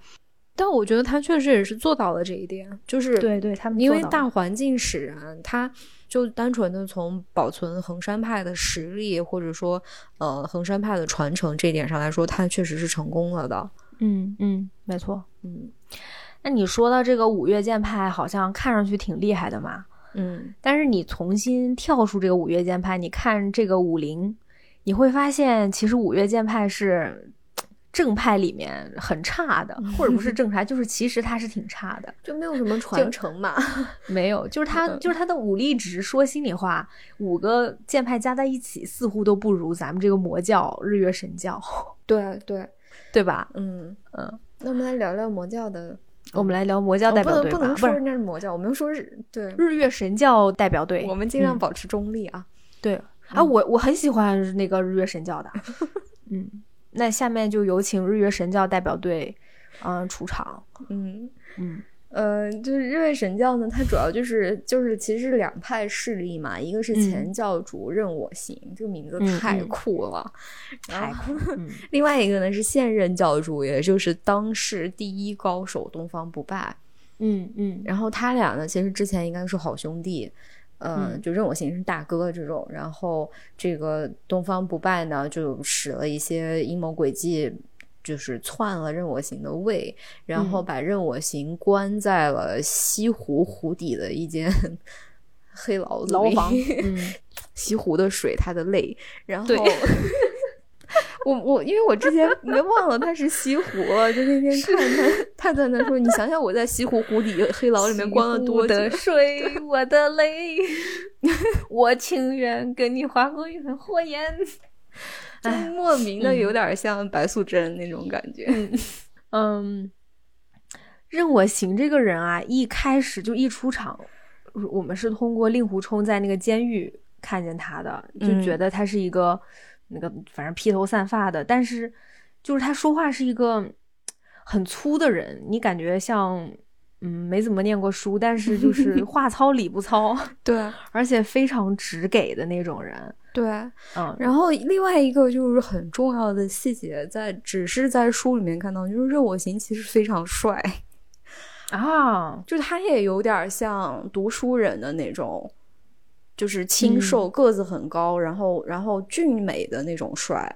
Speaker 1: 但我觉得他确实也是做到了这一点，就是
Speaker 3: 对对，他们
Speaker 1: 因
Speaker 3: 做
Speaker 1: 为
Speaker 3: 到了
Speaker 1: 大环境使然，他就单纯的从保存衡山派的实力，或者说呃衡山派的传承这一点上来说，他确实是成功了的。
Speaker 3: 嗯嗯，没错。
Speaker 1: 嗯
Speaker 3: 那你说到这个五岳剑派，好像看上去挺厉害的嘛，
Speaker 1: 嗯，
Speaker 3: 但是你重新跳出这个五岳剑派，你看这个武林，你会发现其实五岳剑派是嘖正派里面很差 的，或者不是正派，就是其实它是挺差的。
Speaker 1: 就没有什么
Speaker 3: 就
Speaker 1: 传承嘛。
Speaker 3: 没有，就是他，就是他的武力值。说心里话，五个剑派加在一起，似乎都不如咱们这个魔教、日月神教，
Speaker 1: 对对，
Speaker 3: 对吧？
Speaker 1: 嗯
Speaker 3: 嗯。
Speaker 1: 那我们来聊聊魔教的，
Speaker 3: 我们来聊魔教代表
Speaker 1: 哦不
Speaker 3: 队
Speaker 1: 能不
Speaker 3: 吧，
Speaker 1: 能
Speaker 3: 不
Speaker 1: 说
Speaker 3: 是
Speaker 1: 人家是魔教，我们说是对，
Speaker 3: 日月神教代表队。
Speaker 1: 我们尽量
Speaker 3: 嗯
Speaker 1: 保持中立啊。
Speaker 3: 对啊，我我很喜欢那个日月 神教的。嗯，那下面就有请日月神教代表队，嗯、出场。
Speaker 1: 嗯，
Speaker 3: 嗯
Speaker 1: 呃，就是日月神教呢，它主要就是就是其实是两派势力嘛，一个是前教主任我行，这个名字
Speaker 3: 嗯
Speaker 1: 太
Speaker 3: 嗯
Speaker 1: 酷了，然后
Speaker 3: 嗯
Speaker 1: 另外一个呢是现任教主，也就是当世第一高手东方不败。
Speaker 3: 嗯嗯
Speaker 1: 然后他俩呢，其实之前应该是好兄弟，呃、
Speaker 3: 嗯
Speaker 1: 就任我行是大哥这种。然后这个东方不败呢，就使了一些阴谋诡计，就是篡了任我行的位，然后
Speaker 3: 嗯
Speaker 1: 把任我行关在了西湖湖底的一间 黑牢子
Speaker 3: 牢
Speaker 1: 里
Speaker 3: 房嗯
Speaker 1: 西湖的水，它的泪。然后
Speaker 3: 对
Speaker 1: 我我因为我之前没忘了它是西湖了，就那天看 他他在那说，你想想我在西湖湖底黑牢里面关了多久。
Speaker 3: 的水，我的 泪，我情愿跟你划过一份火焰。
Speaker 1: 就莫名的有点像白素贞那种感觉。
Speaker 3: 嗯，任我行这个人啊，一开始就一出场，我们是通过令狐冲在那个监狱看见他的，就
Speaker 1: 嗯
Speaker 3: 觉得他是一个、那个反正披头散发的，但是就是他说话是一个很粗的人，你感觉像嗯没怎么念过书，但是就是话糙理不糙，
Speaker 1: 对
Speaker 3: 而且非常直给的那种人。
Speaker 1: 对，
Speaker 3: 嗯，
Speaker 1: 然后另外一个就是很重要的细节，在只是在书里面看到，就是任我行其实非常帅，
Speaker 3: 啊，
Speaker 1: 就是他也有点像读书人的那种。就是清瘦，个子很高，然后然后俊美的那种帅，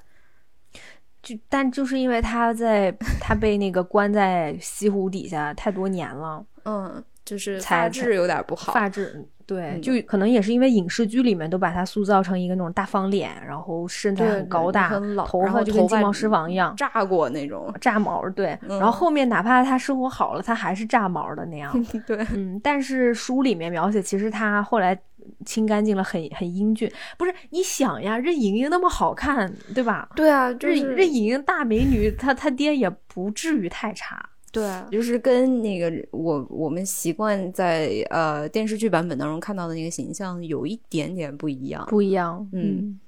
Speaker 3: 就但就是因为他在他被那个关在西湖底下太多年了，
Speaker 1: 嗯，就是
Speaker 3: 才
Speaker 1: 发质有点不好，
Speaker 3: 发质对，
Speaker 1: 嗯
Speaker 3: 就可能也是因为影视剧里面都把他塑造成一个那种大方脸，然后身材
Speaker 1: 对
Speaker 3: 很
Speaker 1: 对
Speaker 3: 高大，
Speaker 1: 很老，
Speaker 3: 头
Speaker 1: 然后
Speaker 3: 就跟
Speaker 1: 头
Speaker 3: 金毛狮王一样。
Speaker 1: 炸过那种，
Speaker 3: 炸毛对，
Speaker 1: 嗯
Speaker 3: 然后后面哪怕他生活好了，他还是炸毛的那 样。
Speaker 1: 对，
Speaker 3: 嗯，但是书里面描写，其实他后来清干净了很，很英俊。不是你想呀，任盈盈那么好看，对吧？
Speaker 1: 对啊，就
Speaker 3: 任
Speaker 1: 是
Speaker 3: 任盈盈大美女，她她爹也不至于太差。
Speaker 1: 对，就是跟那个我我们习惯在呃电视剧版本当中看到的那个形象有一点点不一样。
Speaker 3: 不一样，
Speaker 1: 嗯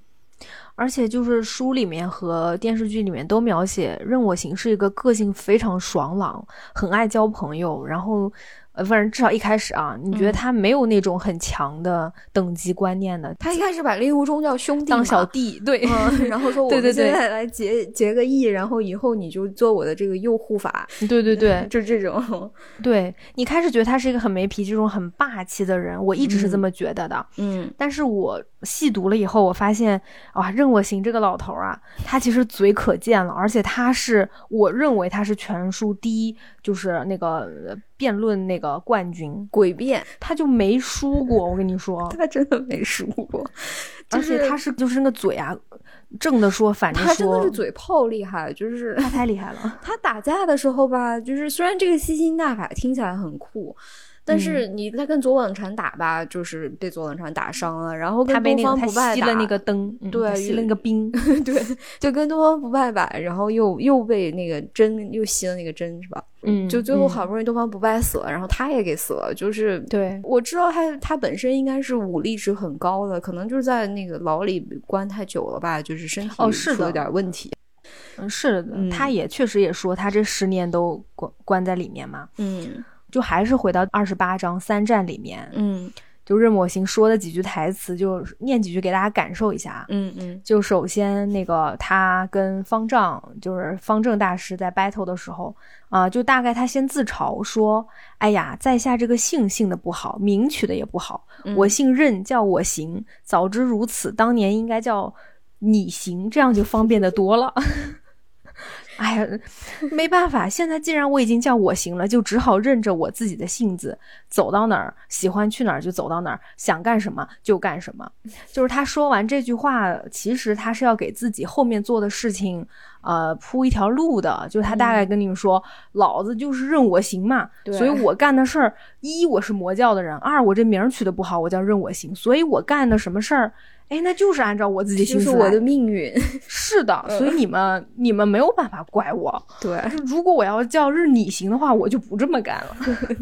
Speaker 3: 而且就是书里面和电视剧里面都描写任我行是一个个性非常爽朗，很爱交朋友，然后。呃，反正至少一开始啊，你觉得
Speaker 1: 嗯
Speaker 3: 他没有那种很强的等级观念的，
Speaker 1: 他一开始把令狐冲叫兄弟嘛
Speaker 3: 当小，弟，对，
Speaker 1: 嗯，然后 说我
Speaker 3: 对对
Speaker 1: 们
Speaker 3: 对
Speaker 1: 现在来结结个义，然后以后你就做我的这个右护法，
Speaker 3: 嗯对对对
Speaker 1: 就这种，
Speaker 3: 对，你开始觉得他是一个很没脾气、这种很霸气的人，我一直是这
Speaker 1: 嗯
Speaker 3: 么觉得的。
Speaker 1: 嗯，
Speaker 3: 但是我细读了以后，我发现啊，任我行这个老头儿啊，他其实嘴可贱了，而且他是我认为他是全书第一，就是那个呃辩论那个冠军，
Speaker 1: 诡辩，
Speaker 3: 他就没输过。我跟 你说，
Speaker 1: 他真的没输过，
Speaker 3: 而且他
Speaker 1: 他
Speaker 3: 是就是那个嘴啊，正的说，反着说，
Speaker 1: 他真的是嘴炮厉害，就是
Speaker 3: 他太厉害了。
Speaker 1: 他打架的时候吧，就是虽然这个吸金大法听起来很酷，但是
Speaker 3: 嗯
Speaker 1: 你在跟左冷禅打吧，就是被左冷禅打伤了，然后跟
Speaker 3: 他被
Speaker 1: 东
Speaker 3: 那个
Speaker 1: 方
Speaker 3: 他
Speaker 1: 不败
Speaker 3: 吸
Speaker 1: 打
Speaker 3: 了那个灯，嗯
Speaker 1: 对
Speaker 3: 他吸了那个冰，
Speaker 1: 对，就跟东方不败吧，然后又又被那个针又吸了那个针是吧？
Speaker 3: 嗯
Speaker 1: 就最后
Speaker 3: 嗯
Speaker 1: 好不容易东方不败死了，然后他也给死了，就是
Speaker 3: 对
Speaker 1: 我知道他他本身应该是武力值很高的，可能就是在那个牢里关太久了吧，就是身体
Speaker 3: 哦是
Speaker 1: 出
Speaker 3: 的
Speaker 1: 了点问题。
Speaker 3: 嗯是的，
Speaker 1: 嗯
Speaker 3: 他也确实也说他这十年都关关在里面嘛。
Speaker 1: 嗯
Speaker 3: 就还是回到二十八章三战里面，
Speaker 1: 嗯
Speaker 3: 就任我行说的几句台词，就念几句给大家感受一下啊。
Speaker 1: 嗯嗯
Speaker 3: 就首先那个他跟方丈，就是方正大师在 battle 的时候啊、就大概他先自嘲说：“哎呀，在下这个姓姓的不好，名取的也不好，
Speaker 1: 嗯
Speaker 3: 我姓任，叫我行。早知如此，当年应该叫你行，这样就方便的多了。 哎呀，没办法，现在既然我已经叫我行了，就只好认着我自己的性子，走到哪儿喜欢去哪儿就走到哪儿，想干什么就干什么。就是他说完这句话，其实他是要给自己后面做的事情，呃，铺一条路的。就是他大概跟你们说，老子就是任我行嘛，
Speaker 1: 对
Speaker 3: 所以我干的事儿，一我是魔教的人，二我这名儿取得不好，我叫任我行，所以我干的什么事儿，哎，那就是按照我自己
Speaker 1: 就
Speaker 3: 心
Speaker 1: 是
Speaker 3: 思
Speaker 1: 我
Speaker 3: 来
Speaker 1: 的命运，
Speaker 3: 是的，
Speaker 1: 嗯
Speaker 3: 所以你们、你们没有办法怪我。
Speaker 1: 对，
Speaker 3: 就如果我要叫日你行的话，我就不这么干 了。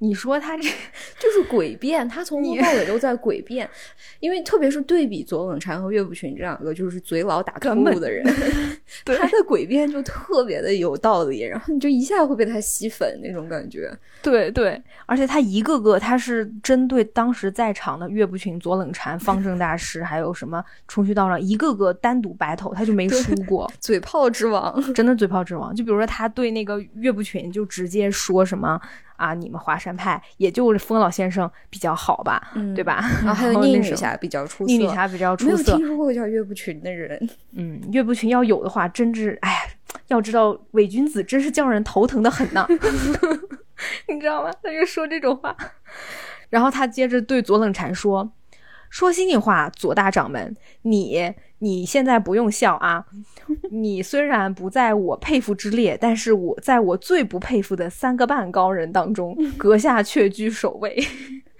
Speaker 3: 你说他这
Speaker 1: 就是诡辩，他从头
Speaker 3: 你
Speaker 1: 到尾都在诡辩，因为特别是对比左冷禅和岳不群这两个就是嘴老打
Speaker 3: 根
Speaker 1: 呼
Speaker 3: 本
Speaker 1: 噜的人， 他的诡辩就特别的有道理，然后你就一下会被他吸粉那种感觉。
Speaker 3: 对对，而且他一个个他是针对当时在场的岳不群、左冷禅、方正大师，还有什么冲虚道长，一个个单独 battle，他就没输过，
Speaker 1: 嘴炮之王，
Speaker 3: 真的嘴炮之王。就比如说他对那个岳不群，就直接说什么啊，你们华山派也就是风老先生比较好吧，
Speaker 1: 嗯
Speaker 3: 对？吧？
Speaker 1: 然后 还有
Speaker 3: 后
Speaker 1: 宁
Speaker 3: 那
Speaker 1: 女
Speaker 3: 时候
Speaker 1: 侠比较出色，
Speaker 3: 宁女侠比较
Speaker 1: 没
Speaker 3: 出
Speaker 1: 有
Speaker 3: 色，
Speaker 1: 听说过叫岳不群的人，
Speaker 3: 嗯，岳不群要有的话，真是哎呀，要知道伪君子真是叫人头疼的很 呐、 你知道吗？他就说这种话，然后他接着对左冷禅说：“说心里话，左大掌门，你你现在不用笑啊，你虽然不在我佩服之列，但是我在我最不佩服的三个半高人当中，阁下却居首位。”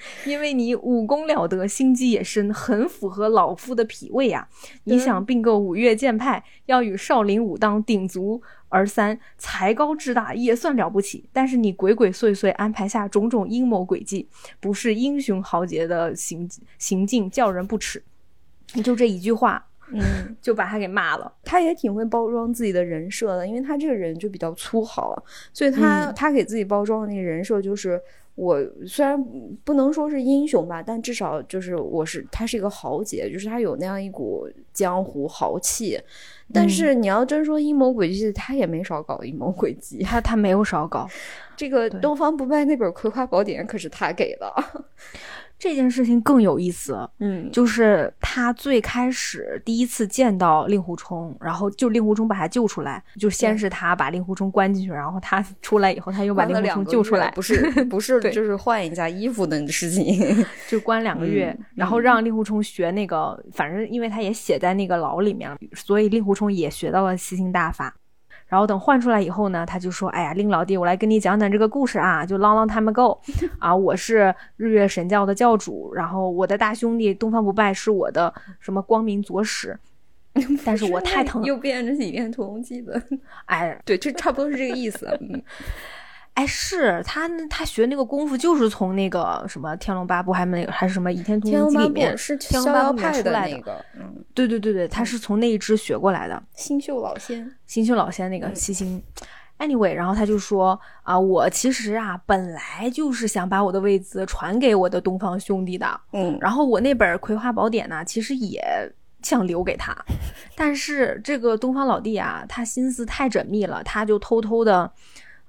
Speaker 3: 因为你武功了得，心机也深，很符合老夫的脾胃啊！你想并购五岳剑派，要与少林武当鼎足而三，才高志大也算了不起。但是你鬼鬼祟祟安排下种种阴谋诡计，不是英雄豪杰的行行径，叫人不齿。你就这一句话，
Speaker 1: 嗯，
Speaker 3: 就把他给骂了。
Speaker 1: 他也挺会包装自己的人设的，因为他这个人就比较粗豪啊，所以他、
Speaker 3: 嗯
Speaker 1: 他给自己包装的那个人设就是。我虽然不能说是英雄吧，但至少就是我是他是一个豪杰，就是他有那样一股江湖豪气。
Speaker 3: 嗯
Speaker 1: 但是你要真说阴谋诡计，他也没少搞阴谋诡计。啊
Speaker 3: 他他没有少搞，
Speaker 1: 这个
Speaker 3: 对
Speaker 1: 东方不败那本《葵花宝典》可是他给的。
Speaker 3: 这件事情更有意思了。
Speaker 1: 嗯
Speaker 3: 就是他最开始第一次见到令狐冲，然后就令狐冲把他救出来，就先
Speaker 1: 对
Speaker 3: 是他把令狐冲关进去，然后他出来以后，他又把
Speaker 1: 关
Speaker 3: 令
Speaker 1: 了
Speaker 3: 狐
Speaker 1: 两
Speaker 3: 冲
Speaker 1: 个
Speaker 3: 救出
Speaker 1: 月
Speaker 3: 来，
Speaker 1: 不是不是，
Speaker 3: 对
Speaker 1: 就是换一下衣服的事情。
Speaker 3: 就关两个月，
Speaker 1: 嗯
Speaker 3: 然后让令狐冲学那个，反正因为他也写在那个牢里面了，所以令狐冲也学到了吸星大法。然后等换出来以后呢，他就说：“哎呀，令老弟，我来跟你讲讲这个故事啊，就 long long time ago 啊，我是日月神教的教主，然后我的大兄弟东方不败是我的什么光明 左使，但是我太疼，
Speaker 1: 又变成倚天屠龙记的。
Speaker 3: 哎，
Speaker 1: 对，就差不多是这个意思。 嗯，
Speaker 3: 哎，是他他学那个功夫，就是从那个什么《天龙八部》还没还是什么《倚天屠
Speaker 1: 天
Speaker 3: 龙
Speaker 1: 龙
Speaker 3: 记》
Speaker 1: 八
Speaker 3: 里面
Speaker 1: 部，是逍
Speaker 3: 天龙八
Speaker 1: 遥
Speaker 3: 部里面
Speaker 1: 派
Speaker 3: 出来
Speaker 1: 那
Speaker 3: 的
Speaker 1: 个，嗯，
Speaker 3: 对对对对，他是从那一支学过来的。
Speaker 1: 新秀老仙。
Speaker 3: 新秀老仙那
Speaker 1: 嗯
Speaker 3: 个七星。Anyway，然后他就说啊，我其实啊，本来就是想把我的位子传给我的东方兄弟的。
Speaker 1: 嗯，
Speaker 3: 然后我那本《葵花宝典》呢，其实也想留给他，但是这个东方老弟啊，他心思太缜密了，他就偷偷的，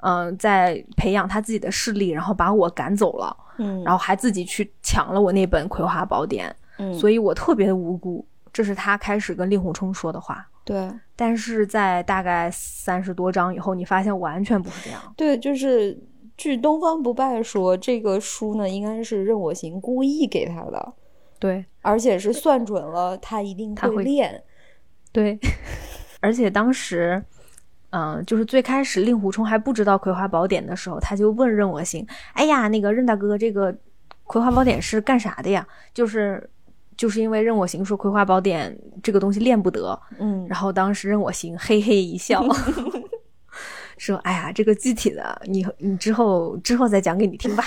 Speaker 3: 嗯、在培养他自己的势力，然后把我赶走了，
Speaker 1: 嗯
Speaker 3: 然后还自己去抢了我那本《葵花宝典》，
Speaker 1: 嗯
Speaker 3: 所以我特别的无辜。这是他开始跟令狐冲说的话。
Speaker 1: 对
Speaker 3: 但是在大概三十多章以后，你发现完全不是这样。
Speaker 1: 对，就是据东方不败说，这个书呢应该是任我行故意给他的，
Speaker 3: 对
Speaker 1: 而且是算准了他一定
Speaker 3: 他会
Speaker 1: 练。
Speaker 3: 对， 而且当时，嗯、就是最开始令狐冲还不知道《葵花宝典》的时候，他就问任我行：“哎呀，那个任大哥，这个《葵花宝典》是干啥的呀？”就是。就是因为任我行说《葵花宝典》这个东西练不得，
Speaker 1: 嗯，
Speaker 3: 然后当时任我行嘿嘿一笑，说：“哎呀，这个具体的，你你之后之后再讲给你听吧。”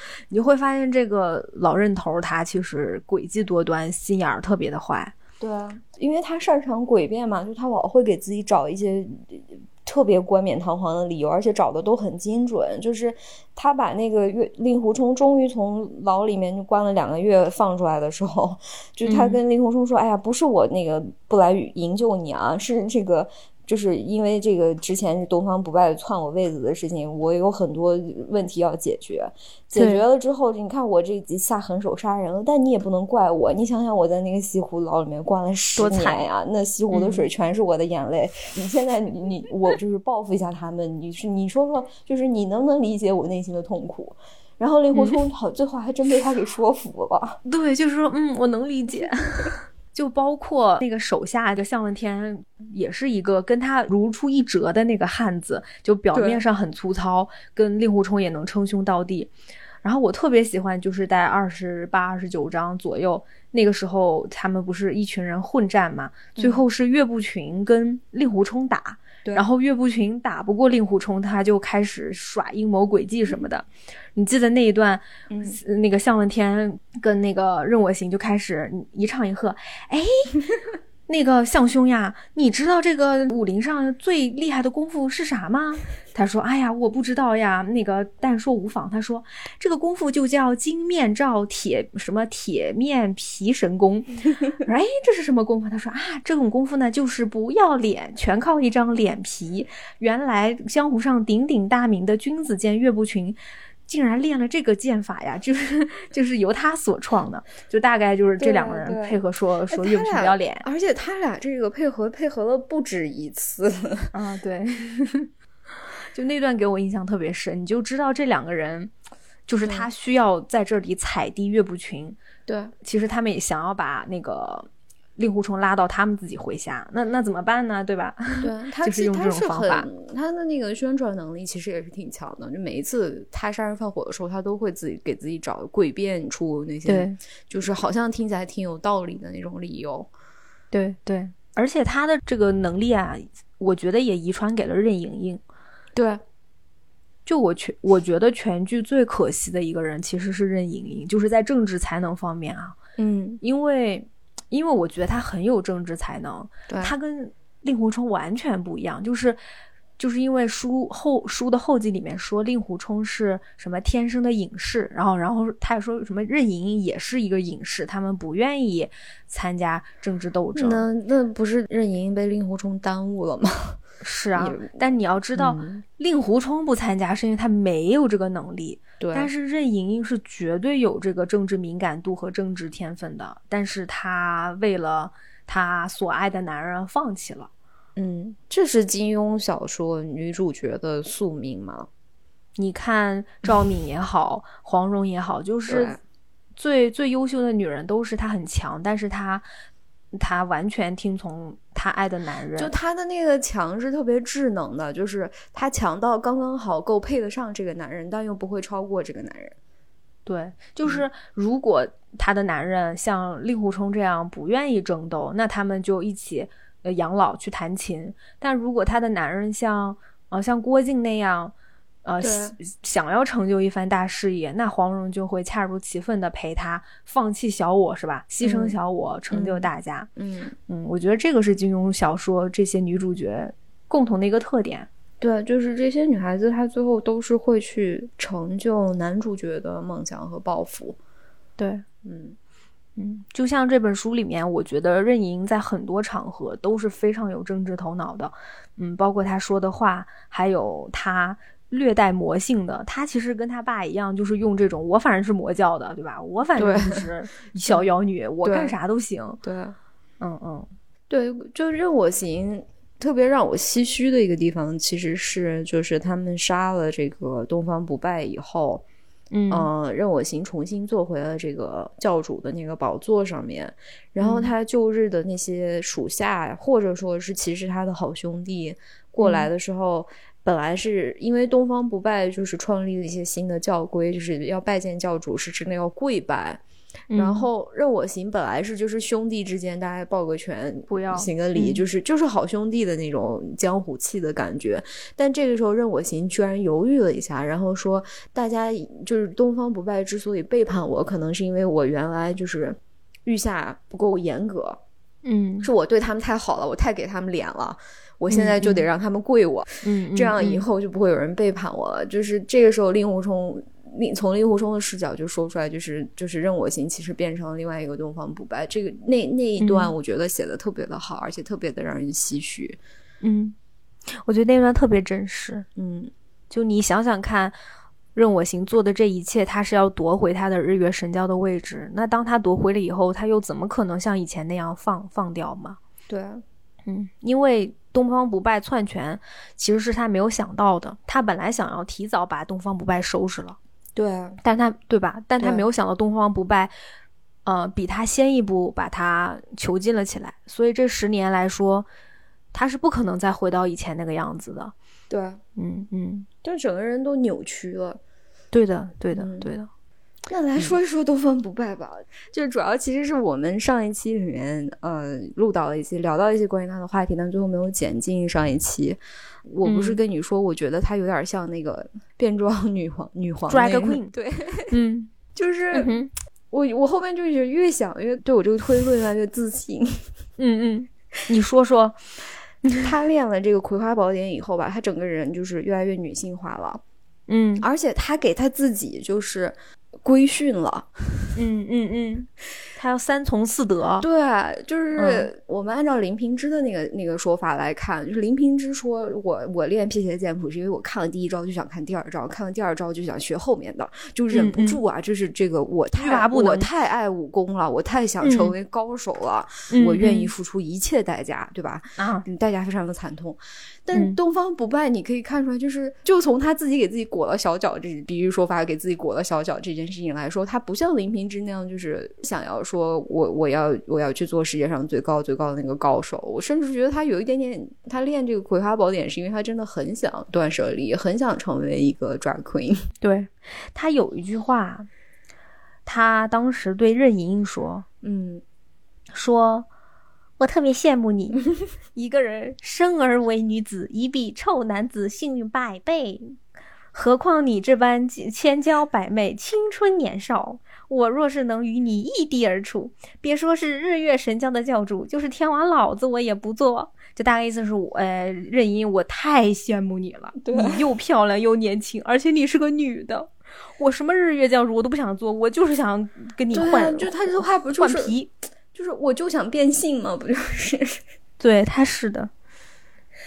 Speaker 3: 你就会发现，这个老任头儿他其实诡计多端，心眼儿特别的坏。
Speaker 1: 对啊，因为他擅长诡辩嘛，就他老会给自己找一些呃特别冠冕堂皇的理由，而且找的都很精准。就是他把那个月令狐冲终于从牢里面就关了两个月放出来的时候，就他跟令狐冲说：“哎呀，不是我那个不来营救你啊，是这个。”就是因为这个之前是东方不败篡我位子的事情，我有很多问题要解决。解决了之后，你看我这集下狠手杀人了，但你也不能怪我。你想想，我在那个西湖牢里面关了十年呀、啊，那西湖的水全是我的眼泪。嗯、你现在你你我就是报复一下他们，你是你说说，就是你能不能理解我内心的痛苦？然后令狐冲好，最后还真被他给说服了。
Speaker 3: 对，就是说，嗯，我能理解。 就包括那个手下的向问天，也是一个跟他如出一辙的那个汉子，就表面上很粗糙，跟令狐冲也能称兄道弟。然后我特别喜欢，就是在二十八、二十九章左右，那个时候他们不是一群人混战嘛，嗯、最后是岳不群跟令狐冲打，然后岳不群打不过令狐冲，他就开始耍阴谋诡计什么的。嗯你记得那一段，嗯、那个向问天跟那个任我行就开始一唱一和，哎， 那个向兄呀，你知道这个武林上最厉害的功夫是啥吗？他说，哎呀，我不知道呀。那个但说无妨，他说这个功夫就叫金面罩铁什么铁面皮神功。我说，哎，这是什么功夫？他说啊，这种功夫呢，就是不要脸，全靠一张脸皮。原来江湖上鼎鼎大名的君子剑岳不群。竟然练了这个剑法呀，就是就是由他所创的，就大概就是这两个人配合说说岳不群不要脸，
Speaker 1: 而且他俩这个配合配合了不止一次
Speaker 3: 啊，对， 就那段给我印象特别深，你就知道这两个人就是他需要在这里踩低岳不群，
Speaker 1: 对，
Speaker 3: 其实他们也想要把那个。令狐冲拉到他们自己麾下，那那怎么办呢？对吧？
Speaker 1: 对，他
Speaker 3: 就是用这种方法
Speaker 1: 他。他的那个宣传能力其实也是挺强的。就每一次他杀人放火的时候，他都会自己给自己找诡辩出那些，就是好像听起来挺有道理的那种理由。
Speaker 3: 对对，而且他的这个能力啊，我觉得也遗传给了任盈盈。
Speaker 1: 对。
Speaker 3: 就我全我觉得全剧最可惜的一个人其实是任盈盈，就是在政治才能方面啊。
Speaker 1: 嗯，
Speaker 3: 因为。因为我觉得他很有政治才能，他跟令狐冲完全不一样，就是就是因为书后书的后记里面说令狐冲是什么天生的隐士，然后然后他也说什么任盈盈也是一个隐士，他们不愿意参加政治斗争。
Speaker 1: 那那不是任盈盈被令狐冲耽误了吗？
Speaker 3: 是啊，但你要知道，嗯、令狐冲不参加是因为他没有这个能力。
Speaker 1: 对，
Speaker 3: 但是任盈盈是绝对有这个政治敏感度和政治天分的，但是她为了她所爱的男人放弃了。
Speaker 1: 嗯，这是金庸小说女主角的宿命吗？
Speaker 3: 你看赵敏 也好，黄蓉也好，就是最最优秀的女人都是她很强，但是她。她完全听从她爱的男人，
Speaker 1: 就她的那个强是特别智能的，就是她强到刚刚好够配得上这个男人，但又不会超过这个男人。
Speaker 3: 对，
Speaker 1: 嗯
Speaker 3: 就是如果她的男人像令狐冲这样不愿意争斗，那他们就一起呃养老去弹琴；但如果她的男人像呃像郭靖那样。呃，想要成就一番大事业，那黄蓉就会恰如其分的陪他，放弃小我是吧？牺牲小我，
Speaker 1: 嗯、
Speaker 3: 成就大家。
Speaker 1: 嗯
Speaker 3: 嗯，我觉得这个是金庸小说这些女主角共同的一个特点。
Speaker 1: 对，就是这些女孩子，她最后都是会去成就男主角的梦想和抱负。
Speaker 3: 对，
Speaker 1: 嗯
Speaker 3: 嗯，就像这本书里面，我觉得任盈在很多场合都是非常有政治头脑的。嗯，包括她说的话，还有她。略带魔性的他，其实跟他爸一样，就是用这种我反正是魔教的，对吧？我反正 就是小妖女，我干啥都行。
Speaker 1: 对，
Speaker 3: 嗯嗯，
Speaker 1: 对，就任我行。特别让我唏嘘的一个地方，其实是就是他们杀了这个东方不败以后，
Speaker 3: 嗯、
Speaker 1: 呃，任我行重新坐回了这个教主的那个宝座上面，然后他旧日的那些属下，嗯、或者说是其实他的好兄弟过来的时候。嗯本来是因为东方不败就是创立了一些新的教规，就是要拜见教主是真的要跪拜，
Speaker 3: 嗯、
Speaker 1: 然后任我行本来是就是兄弟之间大家抱个拳，
Speaker 3: 不要
Speaker 1: 行个礼，
Speaker 3: 嗯、
Speaker 1: 就是就是好兄弟的那种江湖气的感觉。但这个时候任我行居然犹豫了一下，然后说大家就是东方不败之所以背叛我，可能是因为我原来就是御下不够严格。
Speaker 3: 嗯
Speaker 1: 是我对他们太好了，我太给他们脸了，我现在就得让他们跪我，
Speaker 3: 嗯，
Speaker 1: 这样以
Speaker 3: 嗯
Speaker 1: 后就不会有人背叛我了。就是这个时候，令狐冲。令从令狐冲的视角就说出来，就是就是任我行，其实变成了另外一个东方不败。这个那那一段，
Speaker 3: 嗯
Speaker 1: 我觉得写的特别的好，而且特别的让人唏嘘。
Speaker 3: 嗯，我觉得那段特别真实。
Speaker 1: 嗯，
Speaker 3: 就你想想看，任我行做的这一切，他是要夺回他的日月神教的位置。那当他夺回了以后，他又怎么可能像以前那样放放掉嘛？
Speaker 1: 对啊，
Speaker 3: 嗯，因为东方不败篡权其实是他没有想到的，他本来想要提早把东方不败收拾了，
Speaker 1: 对啊，
Speaker 3: 但他对吧？但他
Speaker 1: 对
Speaker 3: 没有想到东方不败。呃，比他先一步把他囚禁了起来，所以这十年来说，他是不可能再回到以前那个样子的。
Speaker 1: 对啊，
Speaker 3: 嗯嗯，
Speaker 1: 但整个人都扭曲了。
Speaker 3: 对的，对的，
Speaker 1: 嗯
Speaker 3: 对 的。
Speaker 1: 那
Speaker 3: 嗯
Speaker 1: 来说一说东方不败吧，就主要其实是我们上一期里面呃录到了一些聊到一些关于他的话题，但最后没有剪进上一期。我不是
Speaker 3: 嗯
Speaker 1: 跟你说，我觉得他有点像那个变装女皇女皇
Speaker 3: Drag
Speaker 1: 那个
Speaker 3: queen
Speaker 1: 对，
Speaker 3: 嗯，
Speaker 1: 就是、
Speaker 3: 嗯哼，
Speaker 1: 我我后面就是越想越对我这个推论越来越自信。
Speaker 3: 嗯嗯，你说说，
Speaker 1: 他练了这个《葵花宝典》以后吧，他整个人就是越来越女性化了，
Speaker 3: 嗯
Speaker 1: 而且他给他自己就是规训了。
Speaker 3: 嗯嗯嗯，他要三从四德，
Speaker 1: 对，就是
Speaker 3: 嗯
Speaker 1: 我们按照林平之的那个那个说法来看，就是林平之说我我练辟邪剑谱是因为我看了第一招就想看第二招，看了第二招就想学后面的，就忍不
Speaker 3: 嗯嗯
Speaker 1: 住啊！就是这个我太
Speaker 3: 欲罢不
Speaker 1: 我
Speaker 3: 能
Speaker 1: 太爱武功了，我太想成为高手了，
Speaker 3: 嗯
Speaker 1: 我愿
Speaker 3: 嗯
Speaker 1: 意付出一切代价，对吧？
Speaker 3: 啊，
Speaker 1: 嗯代价非常的惨痛，但
Speaker 3: 嗯
Speaker 1: 东方不败，你可以看出来，就是、就从他自己给自己裹了小脚这，比喻说法给自己裹了小脚这件事情来说，他不像林平之那样，就是想要说我我要我要去做世界上最高最高的那个高手。我甚至觉得他有一点点，他练这个《葵花宝典》是因为他真的很想断舍离，很想成为一个 drag queen。
Speaker 3: 对他有一句话，他当时对任盈盈说
Speaker 1: 嗯，
Speaker 3: 说。我特别羡 慕你，一个人生而为女子，已比臭男子幸运百倍。何况你这般千千娇百媚、青春年少，我若是能与你异地而处，别说是日月神教的教主，就是天王老子我也不做。就大概意思是我，呃，任盈盈，我太羡慕你了，
Speaker 1: 对
Speaker 3: 你又漂亮又年轻，而且你是个女的。我什么日月教主我都不想做，我就是想跟你
Speaker 1: 对啊
Speaker 3: 换，
Speaker 1: 就他这话不就
Speaker 3: 换
Speaker 1: 是
Speaker 3: 皮？
Speaker 1: 就是我就想变性嘛，不就是？
Speaker 3: 对，他是的，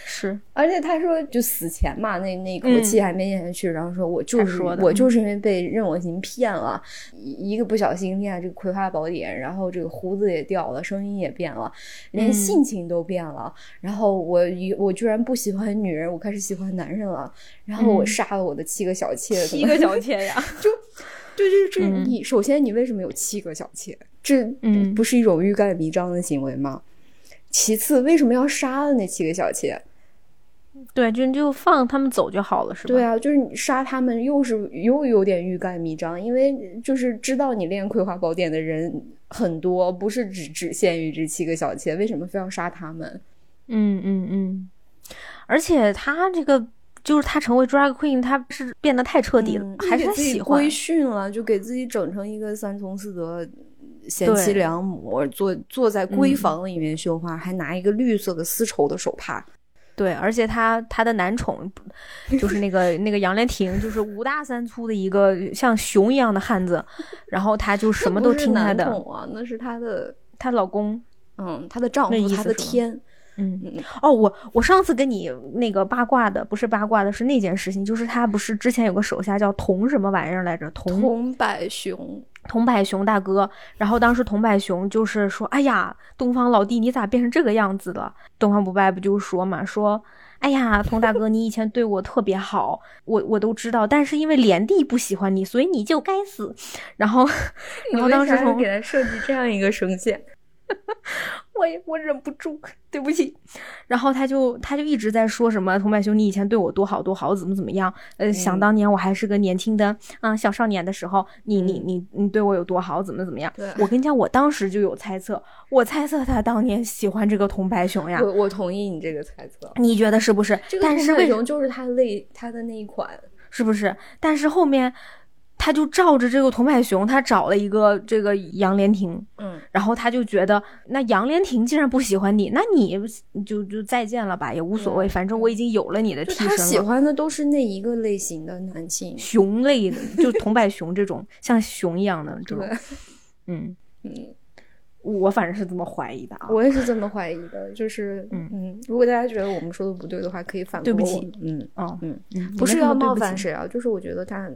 Speaker 3: 是，
Speaker 1: 而且他说就死前嘛，那那一口
Speaker 3: 嗯
Speaker 1: 气还没咽下去，然后说我就
Speaker 3: 他
Speaker 1: 是
Speaker 3: 说的
Speaker 1: 我就是因为被任我行骗了，一一个不小心练这个《葵花宝典》，然后这个胡子也掉了，声音也变了，连
Speaker 3: 嗯
Speaker 1: 性情都变了，然后我一我居然不喜欢女人，我开始喜欢男人了，然后我
Speaker 3: 嗯
Speaker 1: 杀了我的七个小妾，
Speaker 3: 七个 小妾呀，
Speaker 1: 对对，这
Speaker 3: 嗯
Speaker 1: 你首先你为什么有七个小妾？这
Speaker 3: 嗯
Speaker 1: 不是一种欲盖弥彰的行为吗？其次，为什么要杀了那七个小妾？
Speaker 3: 对，就就放他们走就好了，是吧？
Speaker 1: 对啊，就是你杀他们又是又有点欲盖弥彰，因为就是知道你练《葵花宝典》的人很多，不是只只限于这七个小妾，为什么非要杀他们？
Speaker 3: 嗯嗯嗯，而且他这个就是他成为 drag queen，他是变得太彻底了，
Speaker 1: 嗯就是
Speaker 3: 还
Speaker 1: 给
Speaker 3: 他
Speaker 1: 自己
Speaker 3: 喜欢
Speaker 1: 规。训了，就给自己整成一个三从四德。贤妻
Speaker 3: 对
Speaker 1: 良母，坐坐在闺
Speaker 3: 嗯
Speaker 1: 房里面绣花，还拿一个绿色的丝绸的手帕。
Speaker 3: 对，而且他他的男宠就是那个那个杨莲亭，就是五大三粗的一个像熊一样的汉子，然后他就什么都听
Speaker 1: 那
Speaker 3: 他
Speaker 1: 不是男
Speaker 3: 的，
Speaker 1: 宠啊，那是她的，
Speaker 3: 她老公。
Speaker 1: 嗯，她的丈
Speaker 3: 那
Speaker 1: 夫，
Speaker 3: 意
Speaker 1: 她
Speaker 3: 思
Speaker 1: 的
Speaker 3: 是吗
Speaker 1: 天。
Speaker 3: 嗯
Speaker 1: 嗯，
Speaker 3: 哦，我我上次跟你那个八卦的不是八卦的，是那件事情，就是他不是之前有个手下叫童什么玩意儿来着，童
Speaker 1: 红百雄，
Speaker 3: 桐柏雄大哥，然后当时桐柏雄就是说：“哎呀，东方老弟，你咋变成这个样子了？”东方不败不就说嘛，说：“哎呀，童大哥，你以前对我特别好，我我都知道，但是因为连帝不喜欢你，所以你就该死。”然后，然后当时
Speaker 1: 我
Speaker 3: 从
Speaker 1: 给他设计这样一个声 线，
Speaker 3: 我也我忍不住，对不起。然后他就他就一直在说什么“桐柏兄，你以前对我多好多好，怎么怎么样？呃，
Speaker 1: 嗯
Speaker 3: 想当年我还是个年轻的嗯小少年的时候，你你
Speaker 1: 嗯
Speaker 3: 你你对我有多好，怎么怎么样
Speaker 1: 对？”
Speaker 3: 我跟你讲，我当时就有猜测，我猜测他当年喜欢这个桐柏雄呀。
Speaker 1: 我我同意你这个猜测。
Speaker 3: 你觉得是不是？
Speaker 1: 这个
Speaker 3: 但
Speaker 1: 红
Speaker 3: 是
Speaker 1: 海
Speaker 3: 为
Speaker 1: 熊就是他类他的那一款，
Speaker 3: 是不是？但是后面。他就照着这个桐柏雄，他找了一个这个杨莲亭，
Speaker 1: 嗯，
Speaker 3: 然后他就觉得那杨莲亭既然不喜欢你，那你就就再见了吧，也无所谓，反正我已经有了你的
Speaker 1: 就
Speaker 3: 替
Speaker 1: 他喜
Speaker 3: 身了。嗯
Speaker 1: 欢的都是那一个类型的男性，
Speaker 3: 熊类的，就桐柏熊这种像熊一样的这
Speaker 1: 对，
Speaker 3: 种，嗯，
Speaker 1: 嗯，
Speaker 3: 我反正是这么怀疑的啊。
Speaker 1: 我也是这么怀疑的，就是
Speaker 3: 嗯
Speaker 1: 嗯，如果大家觉得我们说的不对的话，可以反驳
Speaker 3: 对
Speaker 1: 我，
Speaker 3: 不起
Speaker 1: 嗯，
Speaker 3: 哦，
Speaker 1: 嗯
Speaker 3: 嗯，
Speaker 1: 不是
Speaker 3: 没什么
Speaker 1: 要
Speaker 3: 对
Speaker 1: 冒
Speaker 3: 不起
Speaker 1: 犯谁啊，就是我觉得他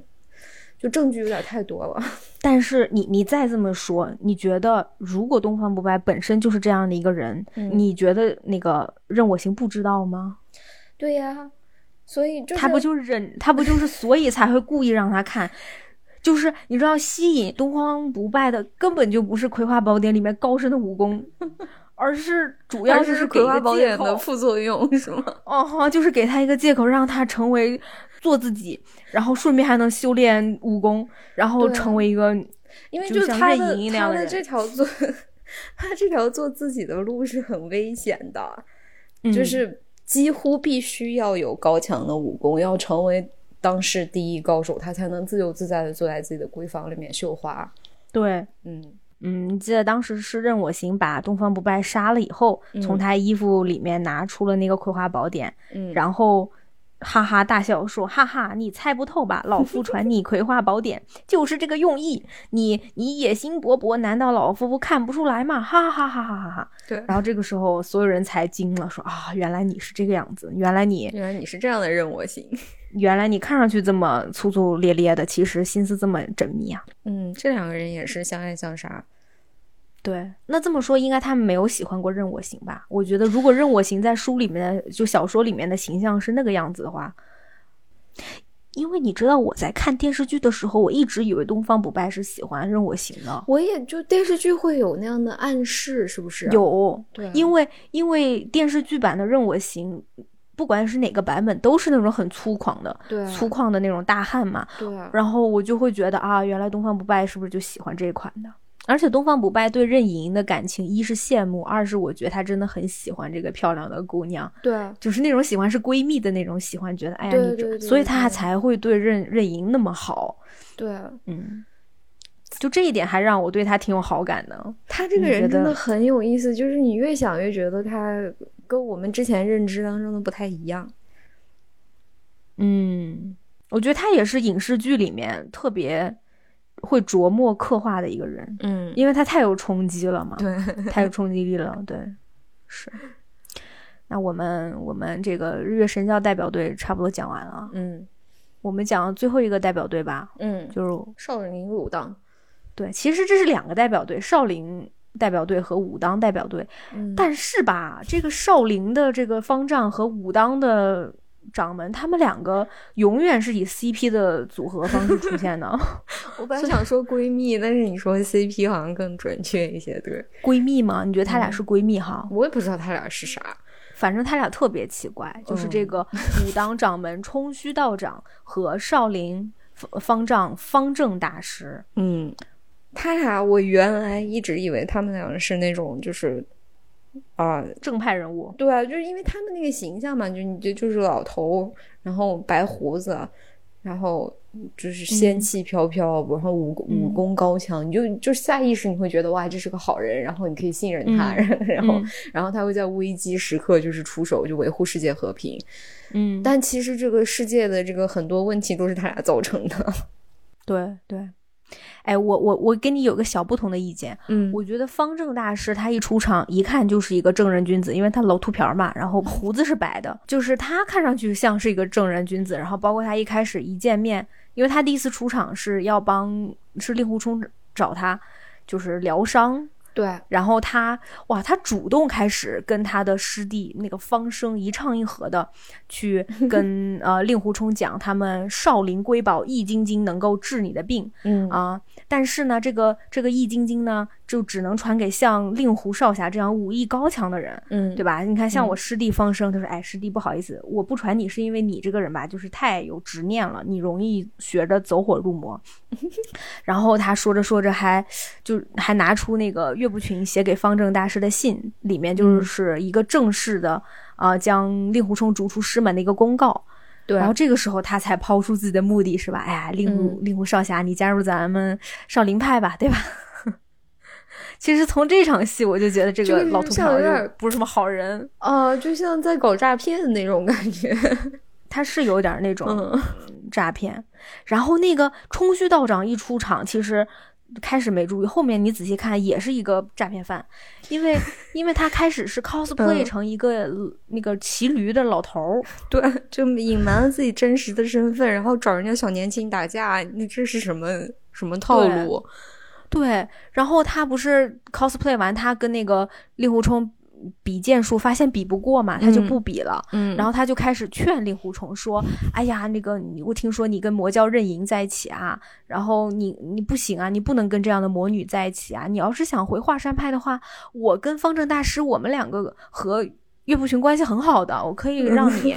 Speaker 1: 就证据有点太多了，
Speaker 3: 但是你你再这么说，你觉得如果东方不败本身就是这样的一个人，
Speaker 1: 嗯
Speaker 3: 你觉得那个任我行不知道吗？
Speaker 1: 对呀、所以就是
Speaker 3: 他不就是忍，他不就是所以才会故意让他看。就是你知道，吸引东方不败的根本就不是《葵花宝典》里面高深的武功， 而是主要
Speaker 1: 要
Speaker 3: 就是是
Speaker 1: 葵
Speaker 3: 给
Speaker 1: 花
Speaker 3: 个
Speaker 1: 宝
Speaker 3: 借
Speaker 1: 典的
Speaker 3: 口
Speaker 1: 副作 用是吗？
Speaker 3: 哦，就是给他一个借口，让他成为做自己，然后顺便还能修炼武功，然后
Speaker 1: 对
Speaker 3: 成为一个
Speaker 1: 因为
Speaker 3: 就
Speaker 1: 就是
Speaker 3: 像
Speaker 1: 他
Speaker 3: 任
Speaker 1: 的
Speaker 3: 盈盈那
Speaker 1: 他
Speaker 3: 样的
Speaker 1: 的
Speaker 3: 人
Speaker 1: 这条做 他这条做自己的路是很危险的，
Speaker 3: 嗯
Speaker 1: 就是几乎必须要有高强的武功，要成为当世第一高手，他才能自由自在的坐在自己的闺房里面绣花。
Speaker 3: 对。
Speaker 1: 嗯，
Speaker 3: 嗯，你记得当时是任我行把东方不败杀了以后，
Speaker 1: 嗯
Speaker 3: 从他衣服里面拿出了那个葵花宝典，
Speaker 1: 嗯
Speaker 3: 然后哈哈大笑说：“哈哈，你猜不透吧？老夫传你葵花宝典就是这个用意。你你野心勃勃，难道老夫看不出来吗？哈哈哈哈哈哈！”
Speaker 1: 对
Speaker 3: 然后这个时候所有人才惊了，说：“啊，原来你是这个样子，原来你
Speaker 1: 原来你是这样的任我行。
Speaker 3: 原来你看上去这么粗粗咧咧的，其实心思这么缜密啊。”
Speaker 1: 嗯，这两个人也是相爱相杀。
Speaker 3: 对，那这么说，应该他们没有喜欢过任我行吧？我觉得，如果任我行在书里面的，就小说里面的形象是那个样子的话，因为你知道我在看电视剧的时候，我一直以为东方不败是喜欢任我行的，
Speaker 1: 我也就电视剧会有那样的暗示，是不是？，
Speaker 3: 有，
Speaker 1: 对啊
Speaker 3: 因为因为电视剧版的任我行，不管是哪个版本，都是那种很粗犷的、
Speaker 1: 对啊
Speaker 3: 粗犷的那种大汉嘛，
Speaker 1: 对啊，
Speaker 3: 然后我就会觉得啊，原来东方不败是不是就喜欢这一款的？而且东方不败对任盈盈的感情，一是羡慕，二是我觉得他真的很喜欢这个漂亮的姑娘，
Speaker 1: 对啊，
Speaker 3: 就是那种喜欢是闺蜜的那种喜欢，觉得哎呀，
Speaker 1: 对
Speaker 3: 你这
Speaker 1: 对对
Speaker 3: 所以他
Speaker 1: 对
Speaker 3: 才会对任任盈那么好，
Speaker 1: 对啊，
Speaker 3: 嗯，就这一点还让我对他挺有好感的。
Speaker 1: 他这个
Speaker 3: 你觉
Speaker 1: 人真的
Speaker 3: 得
Speaker 1: 很有意思，就是你越想越觉得他跟我们之前认知当中的不太一样。
Speaker 3: 嗯，我觉得他也是影视剧里面特别会琢磨刻画的一个人，
Speaker 1: 嗯，
Speaker 3: 因为他太有冲击了嘛。
Speaker 1: 对，
Speaker 3: 太有冲击力了，对，是。那我们我们这个日月神教代表队差不多讲完了啊，
Speaker 1: 嗯
Speaker 3: 我们讲最后一个代表队吧，
Speaker 1: 嗯，
Speaker 3: 就是
Speaker 1: 少林武当，
Speaker 3: 对，其实这是两个代表队，少林代表队和武当代表队，
Speaker 1: 嗯
Speaker 3: 但是吧，这个少林的这个方丈和武当的掌门，他们两个永远是以 CP 的组合方式出现的，
Speaker 1: 我本来想说闺蜜，但是你说 CP 好像更准确一些。对，
Speaker 3: 闺蜜嘛，你觉得他俩是闺蜜哈？
Speaker 1: 我也不知道他俩是啥。
Speaker 3: 反正他俩特别奇怪，就是这个武当掌门冲虚道长和少林方方丈方正大师。
Speaker 1: 嗯，他俩我原来一直以为他们俩是那种就是啊、
Speaker 3: 正派人物，
Speaker 1: 对啊，就是因为他们那个形象嘛，就你就就是老头，然后白胡子，然后就是仙气飘飘，然后武功武
Speaker 3: 嗯
Speaker 1: 功高强，你就就下意识你会觉得哇，这是个好人，然后你可以信任他，然后、
Speaker 3: 嗯
Speaker 1: 然后他会在危机时刻就是出手，就维护世界和平。
Speaker 3: 嗯，
Speaker 1: 但其实这个世界的这个很多问题都是他俩造成的。
Speaker 3: 对对。哎，我我我跟你有个小不同的意见，
Speaker 1: 嗯
Speaker 3: 我觉得方正大师他一出场，一看就是一个正人君子，因为他老秃瓢嘛，然后胡子是白的，就是他看上去像是一个正人君子。然后包括他一开始一见面，因为他第一次出场是要帮是令狐冲找他，就是疗伤，
Speaker 1: 对，
Speaker 3: 然后他哇，他主动开始跟他的师弟那个方生一唱一和的去跟呃令狐冲讲他们少林瑰宝易筋经能够治你的病
Speaker 1: 嗯
Speaker 3: 啊、但是呢，这个这个易筋经呢，就只能传给像令狐少侠这样武艺高强的人。
Speaker 1: 嗯
Speaker 3: 对
Speaker 1: 对，
Speaker 3: 吧？你看，像
Speaker 1: 嗯
Speaker 3: 我师弟方生，他说：“哎，师弟，不好意思，我不传你是因为你这个人吧，就是太有执念了，你容易学着走火入魔。” 然后他说着说着还就还拿出那个岳不群写给方正大师的信，里
Speaker 1: 嗯
Speaker 3: 面就是一个正式的啊、呃将令狐冲逐出师门的一个公告。
Speaker 1: 对
Speaker 3: 然后这个时候他才抛出自己的目的，是吧？哎呀，令
Speaker 1: 嗯
Speaker 3: 狐、令狐少侠，你加入咱们少林派吧，对 吧？其实从这场戏我就觉得这
Speaker 1: 这
Speaker 3: 个
Speaker 1: 个
Speaker 3: 老
Speaker 1: 人
Speaker 3: 秃
Speaker 1: 像
Speaker 3: 瓢
Speaker 1: 有
Speaker 3: 就
Speaker 1: 点
Speaker 3: 不是什么好人，
Speaker 1: 呃，就像在搞诈骗的那种感觉。
Speaker 3: 他是有点那种
Speaker 1: 嗯
Speaker 3: 诈骗。然后那个冲虚道长一出场，其实开始没注意，后面你仔细看也是一个诈骗犯，因为因为他开始是 cosplay
Speaker 1: 嗯
Speaker 3: 成一个、那个骑驴的老 头儿，
Speaker 1: 对，就隐瞒了自己真实的身份，然后找人家小年轻打架，你这是什么什么套
Speaker 3: 对
Speaker 1: 路？
Speaker 3: 对，然后他不是 cosplay 完，他跟那个令狐冲比剑术，发现比不过嘛，他就
Speaker 1: 嗯
Speaker 3: 不比了。
Speaker 1: 嗯
Speaker 3: 然后他就开始劝令狐冲说：“哎呀，那个你，我听说你跟魔教任盈在一起啊，然后你你不行啊，你不能跟这样的魔女在一起啊。你要是想回华山派的话，我跟方正大师，我们两个和岳不群关系很好的，我可以让你，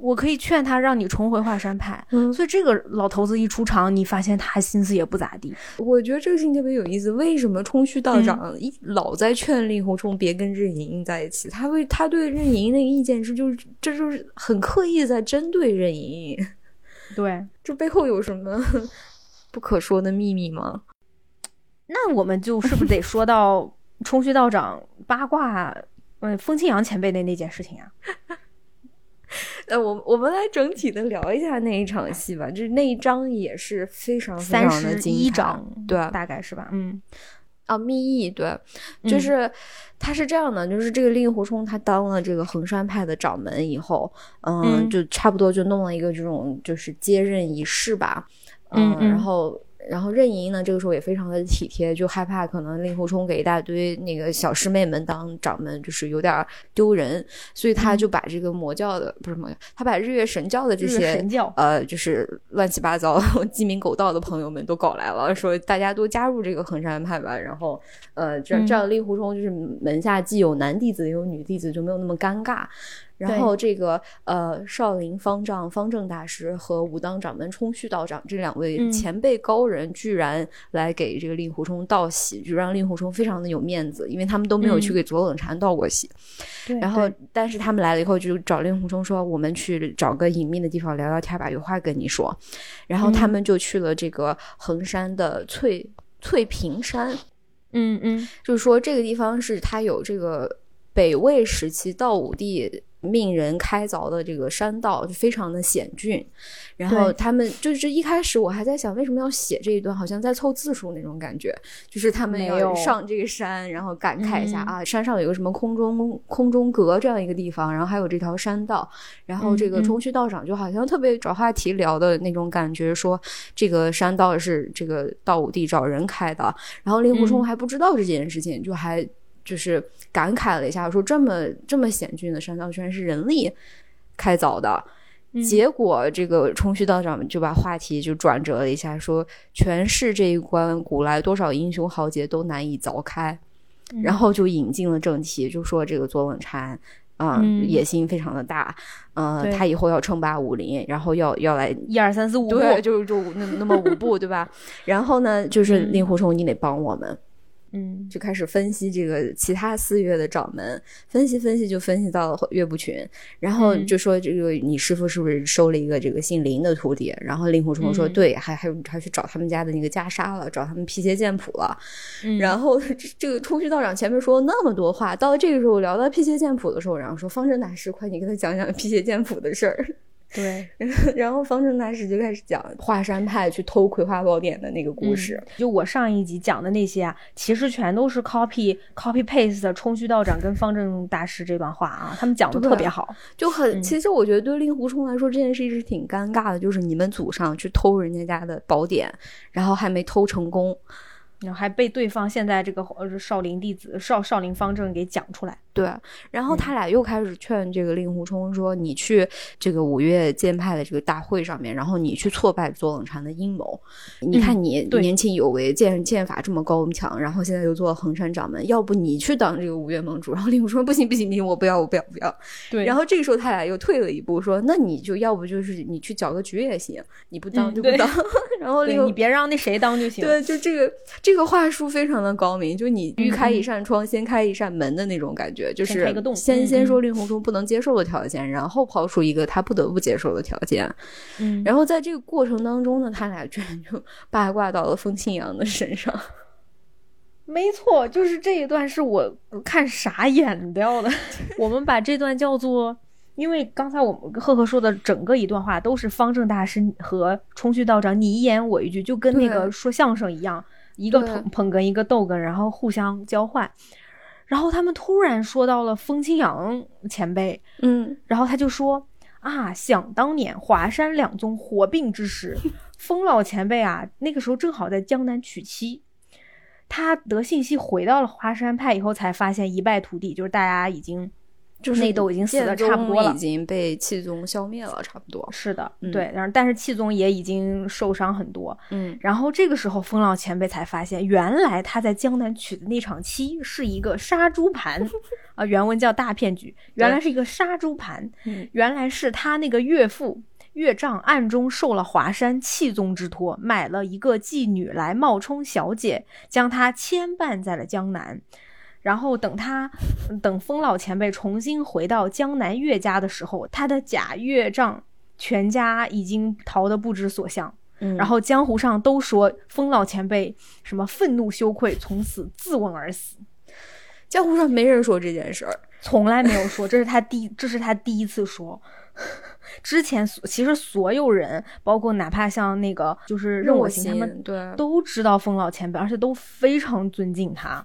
Speaker 3: 我可以劝他让你重回华山派。
Speaker 1: 嗯
Speaker 3: 所以这个老头子一出场，你发现他心思也不咋地。
Speaker 1: 我觉得这个事情特别有意思。为什么冲虚
Speaker 3: 嗯
Speaker 1: 道长一老在劝令狐冲别跟任盈盈在一起？他为他对任盈盈那个意见是，就是这就是很刻意在针对任盈盈。
Speaker 3: 对，
Speaker 1: 这背后有什么不可说的秘密吗？
Speaker 3: 那我们就是不是得说到 冲虚道长八卦，嗯，风清扬前辈的那件事情啊？
Speaker 1: 呃，我我们来整体的聊一下那一场戏吧。就是那一章也是非常非
Speaker 3: 三
Speaker 1: 常的
Speaker 3: 十
Speaker 1: 精
Speaker 3: 一
Speaker 1: 彩
Speaker 3: 章，
Speaker 1: 对
Speaker 3: 大概是吧？嗯，
Speaker 1: 啊，密意对，就是、他是这样的，就是这个令狐冲他当了这个衡山派的掌门以后，嗯，
Speaker 3: 嗯
Speaker 1: 就差不多就弄了一个这种就是接任仪式吧，
Speaker 3: 嗯嗯
Speaker 1: 然后。然后任盈呢，这个时候也非常的体贴，就害怕可能令狐冲给一大堆那个小师妹们当掌门，就是有点儿丢人，所以他
Speaker 3: 嗯
Speaker 1: 就把这个魔教的、不是魔教，他把日月神教的这
Speaker 3: 日月
Speaker 1: 些
Speaker 3: 神教
Speaker 1: 呃，就是乱七八糟、鸡鸣狗盗的朋友们都搞来了，说大家都加入这个衡山派吧。然后，呃，
Speaker 3: 嗯
Speaker 1: 这样这样令狐冲就是门下既有男弟子也有女弟子，就没有那么尴尬。然后这个呃，少林方丈方正大师和武当掌门冲虚道长这两位
Speaker 3: 嗯
Speaker 1: 前辈高人，居然来给这个令狐冲道喜，就让令狐冲非常的有面子，因为他们都没有去
Speaker 3: 嗯
Speaker 1: 给左冷禅道过喜。
Speaker 3: 对
Speaker 1: 然后
Speaker 3: 对，
Speaker 1: 但是他们来了以后，就找令狐冲说：“我们去找个隐秘的地方聊聊天吧，有话跟你说。”然后他
Speaker 3: 嗯
Speaker 1: 们就去了这个衡山的翠翠屏山，
Speaker 3: 嗯嗯
Speaker 1: 就是说这个地方是它有这个北魏时期道武帝命人开凿的这个山道，就非常的险峻。然后
Speaker 3: 对
Speaker 1: 他们就是一开始我还在想，为什么要写这一段，好像在凑字数那种感觉，就是他们
Speaker 3: 没
Speaker 1: 要
Speaker 3: 有
Speaker 1: 上这个山，然后感慨一下、
Speaker 3: 嗯
Speaker 1: 啊，山上有个什么空中空中阁这样一个地方，然后还有这条山道，然后这个
Speaker 3: 嗯嗯
Speaker 1: 冲虚道长就好像特别找话题聊的那种感觉，说这个山道是这个道武帝找人开的，然后令狐冲
Speaker 3: 嗯
Speaker 1: 还不知道这件事情，就还就是感慨了一下，说这么这么险峻的山道居然是人力开凿的。
Speaker 3: 嗯
Speaker 1: 结果这个冲虚道长就把话题就转折了一下，说全市这一关古来多少英雄豪杰都难以凿开，
Speaker 3: 嗯
Speaker 1: 然后就引进了正题，就说这个左冷禅。啊、
Speaker 3: 嗯
Speaker 1: 野心非常的大，呃，
Speaker 3: 对
Speaker 1: 他以后要称霸武林，然后要要来
Speaker 3: 一二三四五，
Speaker 1: 对，就就那那么五步，对吧？然后呢，就是
Speaker 3: 嗯
Speaker 1: 令狐冲，你得帮我们，
Speaker 3: 嗯
Speaker 1: 就开始分析这个其他四岳的掌门，分析分析就分析到了岳不群，然后
Speaker 3: 嗯
Speaker 1: 就说这个你师傅是不是收了一个这个姓林的徒弟？然后令狐冲说
Speaker 3: 嗯
Speaker 1: 对，还还有还去找他们家的那个袈裟了，找他们辟邪剑谱了。
Speaker 3: 嗯，
Speaker 1: 然后这这个冲虚道长前面说了那么多话，到了这个时候聊到辟邪剑谱的时候，然后说方正大师，快你跟他讲讲辟邪剑谱的事儿。
Speaker 3: 对，
Speaker 1: 然后方正大师就开始讲华山派去偷《葵花宝典》的那个故事。
Speaker 3: 嗯就我上一集讲的那些啊，其实全都是 copy copy paste 的冲虚道长跟方正大师这段话啊，他们讲的
Speaker 1: 对
Speaker 3: 特别好。
Speaker 1: 就很，
Speaker 3: 嗯
Speaker 1: 其实我觉得对令狐冲来说这件事是挺尴尬的，就是你们祖上去偷人家家的宝典，然后还没偷成功，
Speaker 3: 然后还被对方现在这个呃少林弟子少少林方正给讲出来，
Speaker 1: 对，然后他俩又开始劝这个令狐冲说：“你去这个五岳剑派的这个大会上面，然后你去挫败左冷禅的阴谋。你看你
Speaker 3: 对
Speaker 1: 年轻有为，剑剑法这么高强，然后现在又做了衡山掌门，要不你去当这个五岳盟主？”然后令狐冲说：“不行不行不行，我不要我不要不要。”
Speaker 3: 对
Speaker 1: 然
Speaker 3: 然后
Speaker 1: 后这个时候他俩又退了一步，说：“那你就要不就是你去搅个局也行，你不当
Speaker 3: 嗯
Speaker 1: 就不
Speaker 3: 对
Speaker 1: 当。然后
Speaker 3: 对
Speaker 1: 另
Speaker 3: 你别让那谁当就行。嗯
Speaker 1: 对，就这个这个话术非常的高明，就你欲开一扇窗，先开一扇门的那种感觉，就
Speaker 6: 先开
Speaker 1: 是
Speaker 6: 一个洞
Speaker 1: 先
Speaker 3: 嗯
Speaker 1: 先
Speaker 3: 嗯
Speaker 1: 说令狐冲不能接受的条件，然后抛出一个他不得不接受的条件，
Speaker 3: 嗯，
Speaker 1: 然后在这个过程当中呢，他俩居然就八卦到了风清扬的身上。
Speaker 3: 没错，就是这一段是我看傻眼掉 的。我们把这段叫做，因为刚才我们赫赫说的整个一段话都是方正大师和冲虚道长你一言我一句，就跟那个
Speaker 1: 对
Speaker 3: 说相声一样，一个
Speaker 1: 对
Speaker 3: 捧捧哏，一个逗哏，然后互相交换。然后他们突然说到了风清扬前辈，
Speaker 1: 嗯，
Speaker 3: 然后他就说啊，想当年华山两宗合并之 时，风老前辈啊，那个时候正好在江南娶妻。他得信息回到了华山派以后，才发现一败涂地，就是大家已经
Speaker 1: 就是
Speaker 3: 内斗已经死的
Speaker 1: 剑宗
Speaker 3: 差不多了
Speaker 1: 已。经被气宗消灭了，差不多。
Speaker 3: 是的，
Speaker 1: 嗯
Speaker 3: 对，然后但是气宗也已经受伤很多。
Speaker 1: 嗯，
Speaker 3: 然后这个时候，风老前辈才发现，原来他在江南娶的那场妻是一个杀猪 盘，啊，原文叫大骗局，原来是一个杀猪盘
Speaker 1: 嗯，
Speaker 3: 原来是他那个岳父岳丈暗中受了华山气宗之托，买了一个妓女来冒充小姐，将她牵绊在了江南。然后等他，嗯等风老前辈重新回到江南岳家的时候，他的假岳丈全家已经逃得不知所向。
Speaker 1: 嗯
Speaker 3: 然后江湖上都说风老前辈什么愤怒羞愧，从此自刎而死，
Speaker 1: 江湖上没人说这件事儿。
Speaker 3: 从来没有说，这是他第这是他第一次说。 之前所其实所有人，包括哪怕像那个就是任我行他们
Speaker 1: 对，
Speaker 3: 都知道风老前辈，而且都非常尊敬他。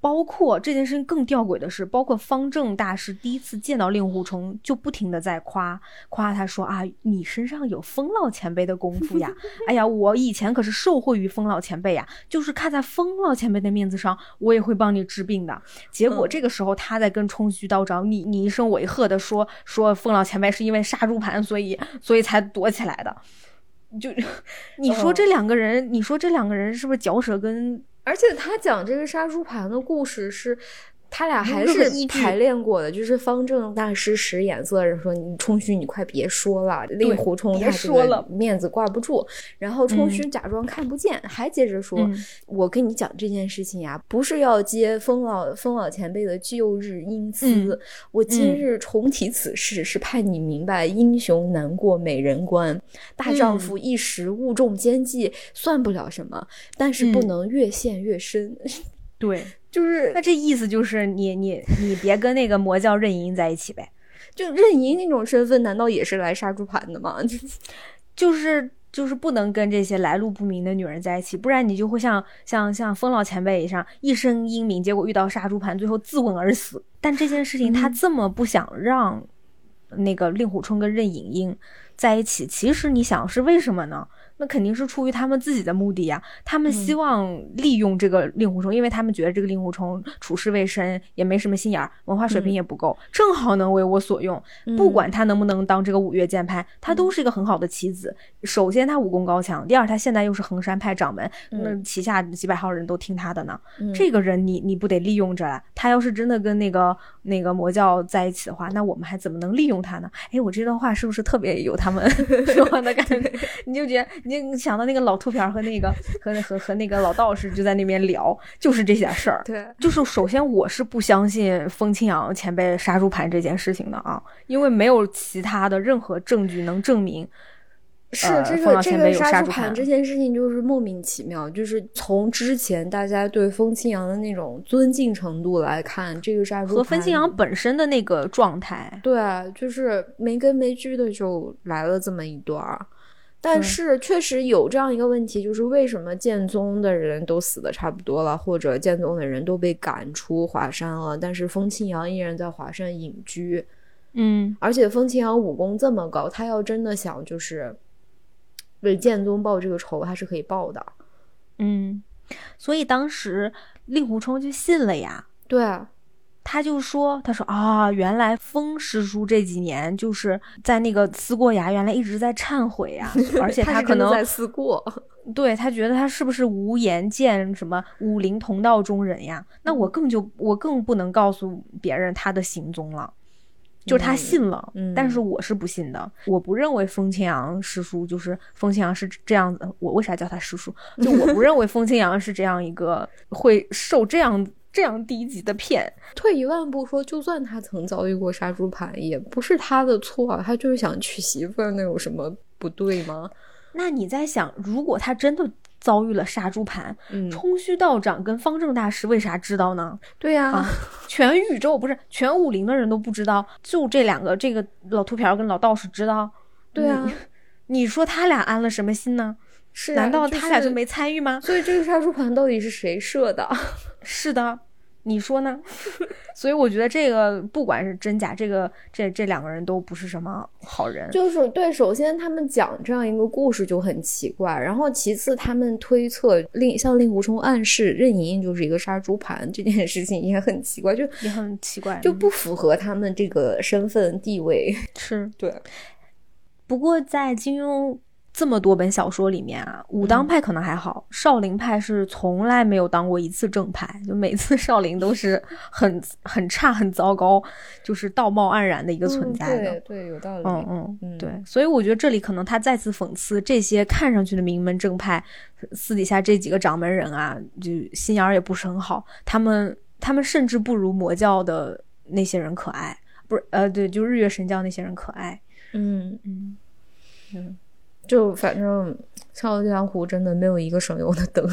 Speaker 3: 包括这件事情更吊诡的是，包括方正大师第一次见到令狐冲，就不停的在夸夸他说啊，你身上有风老前辈的功夫呀！哎呀，我以前可是受惠于风老前辈呀，就是看在风老前辈的面子上，我也会帮你治病的。结果
Speaker 1: 嗯
Speaker 3: 这个时候他在跟冲虚道长你你一声我一喝的说说风老前辈是因为杀猪盘，所以所以才躲起来的。就你说这两个人，你说这两个人是不是嚼舌根？
Speaker 1: 而且他讲这个杀猪盘的故事是。他俩还
Speaker 3: 有任
Speaker 1: 是
Speaker 3: 何依据
Speaker 1: 排练过的，就是方正大师使眼色，然后说：“你冲虚，你快别说了，令狐冲他
Speaker 3: 别
Speaker 1: 这
Speaker 3: 说
Speaker 1: 个
Speaker 3: 了
Speaker 1: 面子挂不住。”然后冲虚假装看不见，还接着说：“
Speaker 3: 嗯
Speaker 1: 我跟你讲这件事情呀、不是要接风老风老前辈的旧日英姿，
Speaker 3: 嗯
Speaker 1: 我今日重提此事，是盼你明白英雄难过美人关。大
Speaker 3: 嗯
Speaker 1: 丈夫一时误中奸计，算不了什么，但是不
Speaker 3: 嗯
Speaker 1: 能越陷越深。
Speaker 3: 对，
Speaker 1: 就是
Speaker 3: 那这意思就是你你你别跟那个魔教任盈在一起呗，
Speaker 1: 就任盈那种身份，难道也是来杀猪盘的吗？
Speaker 3: 就是就是不能跟这些来路不明的女人在一起，不然你就会像像像风老前辈一样一身英名，结果遇到杀猪盘，最后自刎而死。但这件事情他这么不想让那个令狐冲跟任盈盈在一起，其实你想是为什么呢？那肯定是出于他们自己的目的呀，他们希望利用这个令狐冲，因为他们觉得这个令狐冲处事未深，也没什么心眼儿，文化水平
Speaker 1: 嗯
Speaker 3: 也不够，正好能为我所用。不管他能不能当这个五岳剑派，他
Speaker 1: 嗯
Speaker 3: 都是一个很好的棋子。首先，他武功高强；第二，他现在又是衡山派掌门，
Speaker 1: 嗯
Speaker 3: 那旗下几百号人都听他的呢。
Speaker 1: 嗯
Speaker 3: 这个人你，你不得利用着了？他要是真的跟那个那个魔教在一起的话，那我们还怎么能利用他呢？哎，我这段话是不是特别有 他们说话的感觉？你就觉得，你就想到那个老秃瓢儿和那个和和和那个老道士就在那边聊，就是这些事儿。
Speaker 1: 对，
Speaker 3: 就是首先我是不相信风清扬前辈杀猪盘这件事情的啊，因为没有其他的任何证据能证明。
Speaker 1: 是
Speaker 3: 呃
Speaker 1: 这
Speaker 3: 风
Speaker 1: 个
Speaker 3: 浪
Speaker 1: 这
Speaker 3: 前
Speaker 1: 个
Speaker 3: 辈有杀
Speaker 1: 杀
Speaker 3: 猪盘
Speaker 1: 这件事情就是莫名其妙，就是从之前大家对风清扬的那种尊敬程度来看，这个杀猪
Speaker 3: 和风清扬
Speaker 1: 盘
Speaker 3: 本身的那个状态，
Speaker 1: 对啊，就是没根没据的就来了这么一段儿。但
Speaker 3: 对
Speaker 1: 是确实有这样一个问题，就是为什么剑宗的人都死的差不多了，或者剑宗的人都被赶出华山了，但是风清扬依然在华山隐居？
Speaker 3: 嗯
Speaker 1: 而且风清扬武功这么高，他要真的想就是为剑宗报这个仇，他是可以报的。
Speaker 3: 嗯，所以当时令狐冲就信了呀，
Speaker 1: 对，
Speaker 3: 他就说，他说啊，原来风师叔这几年就是在那个思过崖，原来一直在忏悔 呀、而且
Speaker 1: 他是
Speaker 3: 可
Speaker 1: 真的
Speaker 3: 能
Speaker 1: 在思过。
Speaker 3: 对他觉得他是不是无颜见什么武林同嗯道中人呀？那我更就我更不能告诉别人他的行踪了。就是他信了，
Speaker 1: 嗯
Speaker 3: 但是我是不信的，我不认为风清扬师叔就是风清扬是这样子，我为啥叫他师叔？就我不认为风清扬是这样一个会受这样这样低级的骗，
Speaker 1: 退一万步说，就算他曾遭遇过杀猪盘，也不是他的错啊，他就是想娶媳妇儿，那有什么不对吗？
Speaker 3: 那你在想，如果他真的遭遇了杀猪盘，
Speaker 1: 嗯
Speaker 3: 冲虚道长跟方正大师为啥知道呢？
Speaker 1: 对呀、
Speaker 3: 啊全宇宙不是全武林的人都不知道，就这两个，这个老秃瓢跟老道士知道。
Speaker 1: 对啊呀、
Speaker 3: 你你说他俩安了什么心呢？
Speaker 1: 是啊
Speaker 3: 难道他俩
Speaker 1: 是
Speaker 3: 就没参与吗？
Speaker 1: 所以这个杀猪盘到底是谁设的？
Speaker 3: 是的，你说呢？ 所以我觉得这个不管是真假，这个这这两个人都不是什么好人。
Speaker 1: 就是对，首先他们讲这样一个故事就很奇怪，然后其次他们推测令向令狐冲暗示任盈盈就是一个杀猪盘这件事情也很奇怪，就
Speaker 3: 也很奇怪，
Speaker 1: 就不符合他们这个身份地位。
Speaker 3: 是
Speaker 1: 对，
Speaker 3: 不过在金庸这么多本小说里面啊，武
Speaker 1: 嗯
Speaker 3: 当派可能还好，少林派是从来没有当过一次正派，就每次少林都是很很差、很糟糕，就是道貌岸然的一个存在的。
Speaker 1: 嗯对对，有道理。
Speaker 3: 嗯嗯
Speaker 1: 嗯
Speaker 3: 对，所以我觉得这里可能他再次讽刺这些看上去的名门正派，私底下这几个掌门人啊，就心眼儿也不是很好。他们他们甚至不如魔教的那些人可爱，不是呃对，就日月神教那些人可爱。
Speaker 1: 嗯
Speaker 3: 嗯，
Speaker 1: 就反正《笑傲江湖》真的没有一个省油的灯。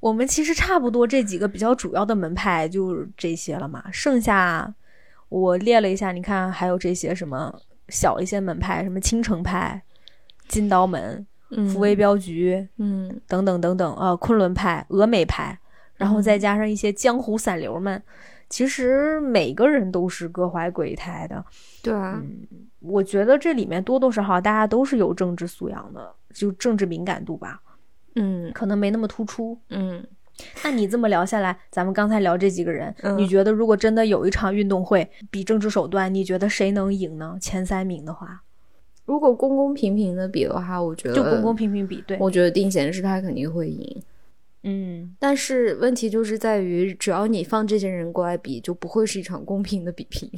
Speaker 3: 我们其实差不多这几个比较主要的门派就是这些了嘛，剩下我列了一下，你看还有这些什么小一些门派，什么青城派、金刀门、
Speaker 1: 嗯
Speaker 3: 福威镖局、
Speaker 1: 嗯
Speaker 3: 等等等等啊，昆仑派、峨眉派，然后再加上一些江湖散流们，其实每个人都是各怀鬼胎的。
Speaker 1: 对啊，
Speaker 3: 我觉得这里面多多少少大家都是有政治素养的，就政治敏感度吧，
Speaker 1: 嗯
Speaker 3: 可能没那么突出。
Speaker 1: 嗯
Speaker 3: 那你这么聊下来，咱们刚才聊这几个人，
Speaker 1: 嗯
Speaker 3: 你觉得如果真的有一场运动会比政治手段，你觉得谁能赢呢？前三名的话，
Speaker 1: 如果公公平平的比的话，我觉得
Speaker 3: 就公公平平比对。
Speaker 1: 呃我觉得定贤是他肯定会赢。
Speaker 3: 嗯，
Speaker 1: 但是问题就是在于，只要你放这些人过来比，就不会是一场公平的比拼。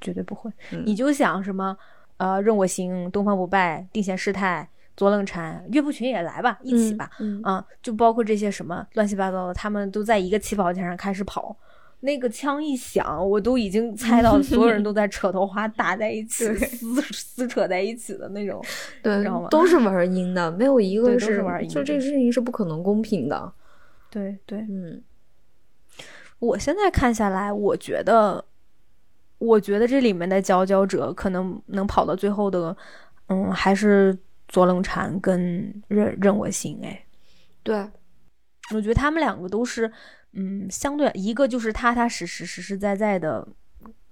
Speaker 3: 绝对不会。
Speaker 1: 嗯
Speaker 3: 你就想什么，呃，任我行、东方不败、定闲师太、左冷禅、岳不群也来吧，一起吧，
Speaker 1: 嗯
Speaker 3: 啊，就包括这些什么乱七八糟的，他们都在一个起跑点上开始跑。那个枪一响，我都已经猜到所有人都在 扯头花打在一起、
Speaker 1: 对
Speaker 3: 撕撕扯在一起的那种。
Speaker 1: 对
Speaker 3: 知道吗，
Speaker 1: 嗯都是玩阴的，没有一
Speaker 3: 对
Speaker 1: 个
Speaker 3: 都是玩阴的
Speaker 1: 就这个事情是不可能公平的。
Speaker 3: 对对，
Speaker 1: 嗯
Speaker 3: 我现在看下来，我觉得，我觉得这里面的佼佼者可能能跑到最后的，嗯，还是左冷禅跟任任我行。哎，
Speaker 1: 对，
Speaker 3: 我觉得他们两个都是，嗯，相对一个就是踏踏实实、实实在在的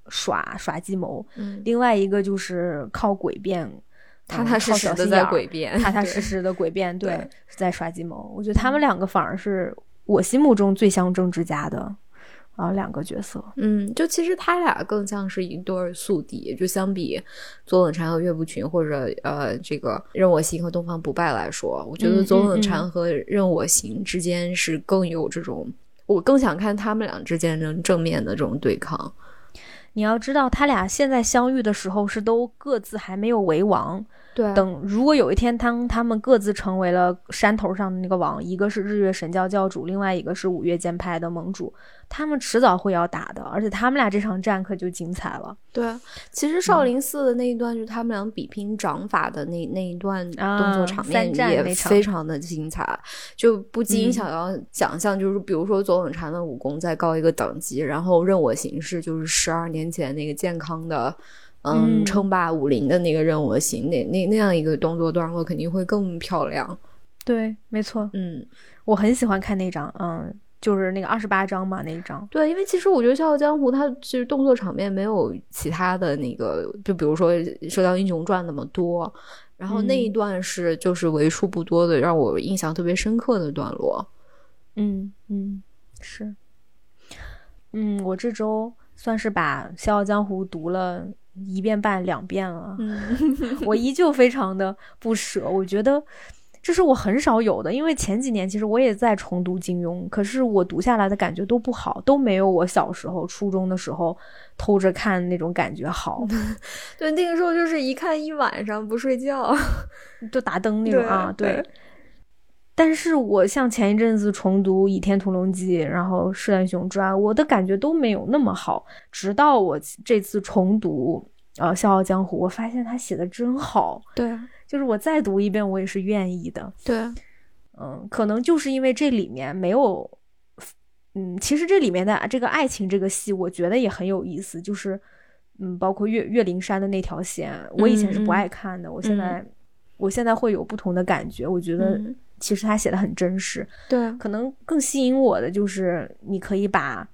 Speaker 3: 耍耍计谋，
Speaker 1: 嗯，
Speaker 3: 另外一个就是靠诡辩，嗯
Speaker 1: 踏踏实实的在诡，辩，
Speaker 3: 靠小心眼儿踏踏
Speaker 1: 对
Speaker 3: 实实的诡辩，对，
Speaker 1: 对嗯
Speaker 3: 是在耍计谋。我觉得他们两个反而是我心目中最像政治家的啊两个角色。
Speaker 1: 嗯，就其实他俩更像是一对儿宿敌，就相比左冷禅和岳不群，或者呃这个任我行和东方不败来说，我觉得
Speaker 3: 嗯
Speaker 1: 左冷
Speaker 3: 嗯
Speaker 1: 禅和任我行之间是更有这种，我更想看他们俩之间的正面的这种对抗。
Speaker 3: 你要知道，他俩现在相遇的时候是都各自还没有为王。
Speaker 1: 对
Speaker 3: 等如果有一天，当他们各自成为了山头上的那个王，一个是日月神教教主，另外一个是五岳剑派的盟主，他们迟早会要打的。而且他们俩这场战可就精彩了。
Speaker 1: 对，啊其实
Speaker 3: 嗯
Speaker 1: 少林寺的那一段，就是他们俩比拼掌法的那那一段
Speaker 3: 啊
Speaker 1: 动作场面
Speaker 3: 三战
Speaker 1: 也
Speaker 3: 那场
Speaker 1: 非常的精彩，就不禁
Speaker 3: 嗯
Speaker 1: 想要想象，就是比如说左冷禅的武功再高一个等级，然后任我行是就是十二年前那个健康的。嗯，
Speaker 3: 嗯
Speaker 1: 称霸武林的那个任我行，那那那样一个动作段落肯定会更漂亮。
Speaker 3: 对，没错，
Speaker 1: 嗯，
Speaker 3: 我很喜欢看那张，嗯，就是那个二十八章嘛，那一章。
Speaker 1: 对，因为其实我觉得《笑傲江湖》它其实动作场面没有其他的那个，就比如说《射雕英雄传》那么多。然后那一
Speaker 3: 嗯
Speaker 1: 段是就是为数不多的让我印象特别深刻的段落。
Speaker 3: 嗯嗯，是。嗯，我这周算是把《笑傲江湖》读了一遍半、两遍了。
Speaker 1: 嗯
Speaker 3: 我依旧非常的不舍。我觉得这是我很少有的，因为前几年其实我也在重读金庸，可是我读下来的感觉都不好，都没有我小时候、初中的时候偷着看那种感 觉好，
Speaker 1: 对，那个时候就是一看一晚上不睡觉。
Speaker 3: 就打灯那种啊，
Speaker 1: 对对
Speaker 3: 但是我像前一阵子重读《倚天屠龙记》，然后《射雕英雄传》，我的感觉都没有那么好。直到我这次重读呃《笑傲江湖》，我发现他写的真好，
Speaker 1: 对
Speaker 3: 就是我再读一遍，我也是愿意的。
Speaker 1: 对，
Speaker 3: 嗯，可能就是因为这里面没有，嗯，其实这里面的这个爱情这个戏，我觉得也很有意思，就是，嗯，包括岳岳灵珊的那条线，我以
Speaker 1: 嗯
Speaker 3: 前是不爱看的，我现在、我现在会有不同的感觉，我觉得
Speaker 1: 嗯，
Speaker 3: 其实他写的很真实，
Speaker 1: 对，
Speaker 3: 可能更吸引我的就是你可以把。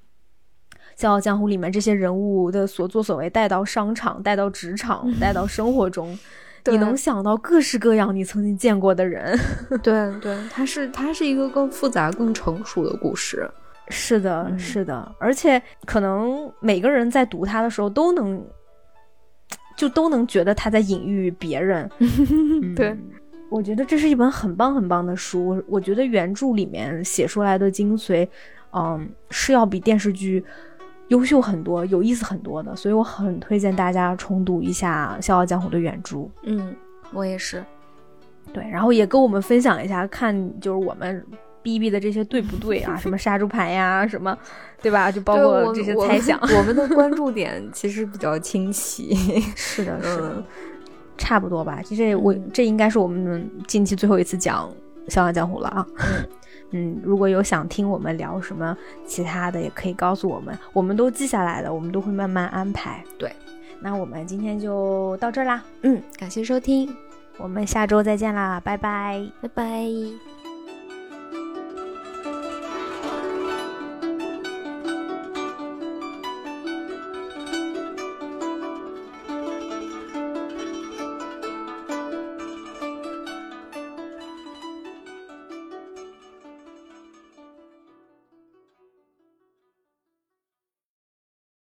Speaker 3: 《笑傲江湖》里面这些人物的所作所为带到商场、带到职场、带到生活中，你
Speaker 1: 嗯 对
Speaker 3: 能想到各式各样你曾经见过的人，
Speaker 1: 对对，它是它是一个更复杂、更成熟的故事。
Speaker 3: 是的，
Speaker 1: 嗯
Speaker 3: 是的，而且可能每个人在读它的时候都能，就都能觉得他在隐喻 别人。嗯
Speaker 1: 对，
Speaker 3: 我觉得这是一本很棒很棒的书。我我觉得原著里面写出来的精髓，嗯，是要比电视剧优秀很多、有意思很多的。所以我很推荐大家重读一下《笑傲江湖》的原著。
Speaker 1: 嗯，我也是。
Speaker 3: 对，然后也跟我们分享一下，看就是我们逼逼的这些对不对啊？什么杀猪盘呀，什么，对吧？就包
Speaker 1: 对
Speaker 3: 括
Speaker 1: 我
Speaker 3: 这些
Speaker 1: 我
Speaker 3: 猜 想。
Speaker 1: 我们的关注点其实比较清晰。
Speaker 3: 是的，是的
Speaker 1: 嗯，
Speaker 3: 差不多吧。这这我
Speaker 1: 嗯
Speaker 3: 这应该是我们近期最后一次讲《笑傲江湖》了啊。 嗯，如果有想听我们聊什么其他的，也可以告诉我们，我们都记下来的，我们都会慢慢安排。
Speaker 1: 对，
Speaker 3: 那我们今天就到这儿啦，
Speaker 1: 嗯，感谢收听，
Speaker 3: 我们下周再见啦，拜拜。
Speaker 1: 拜拜。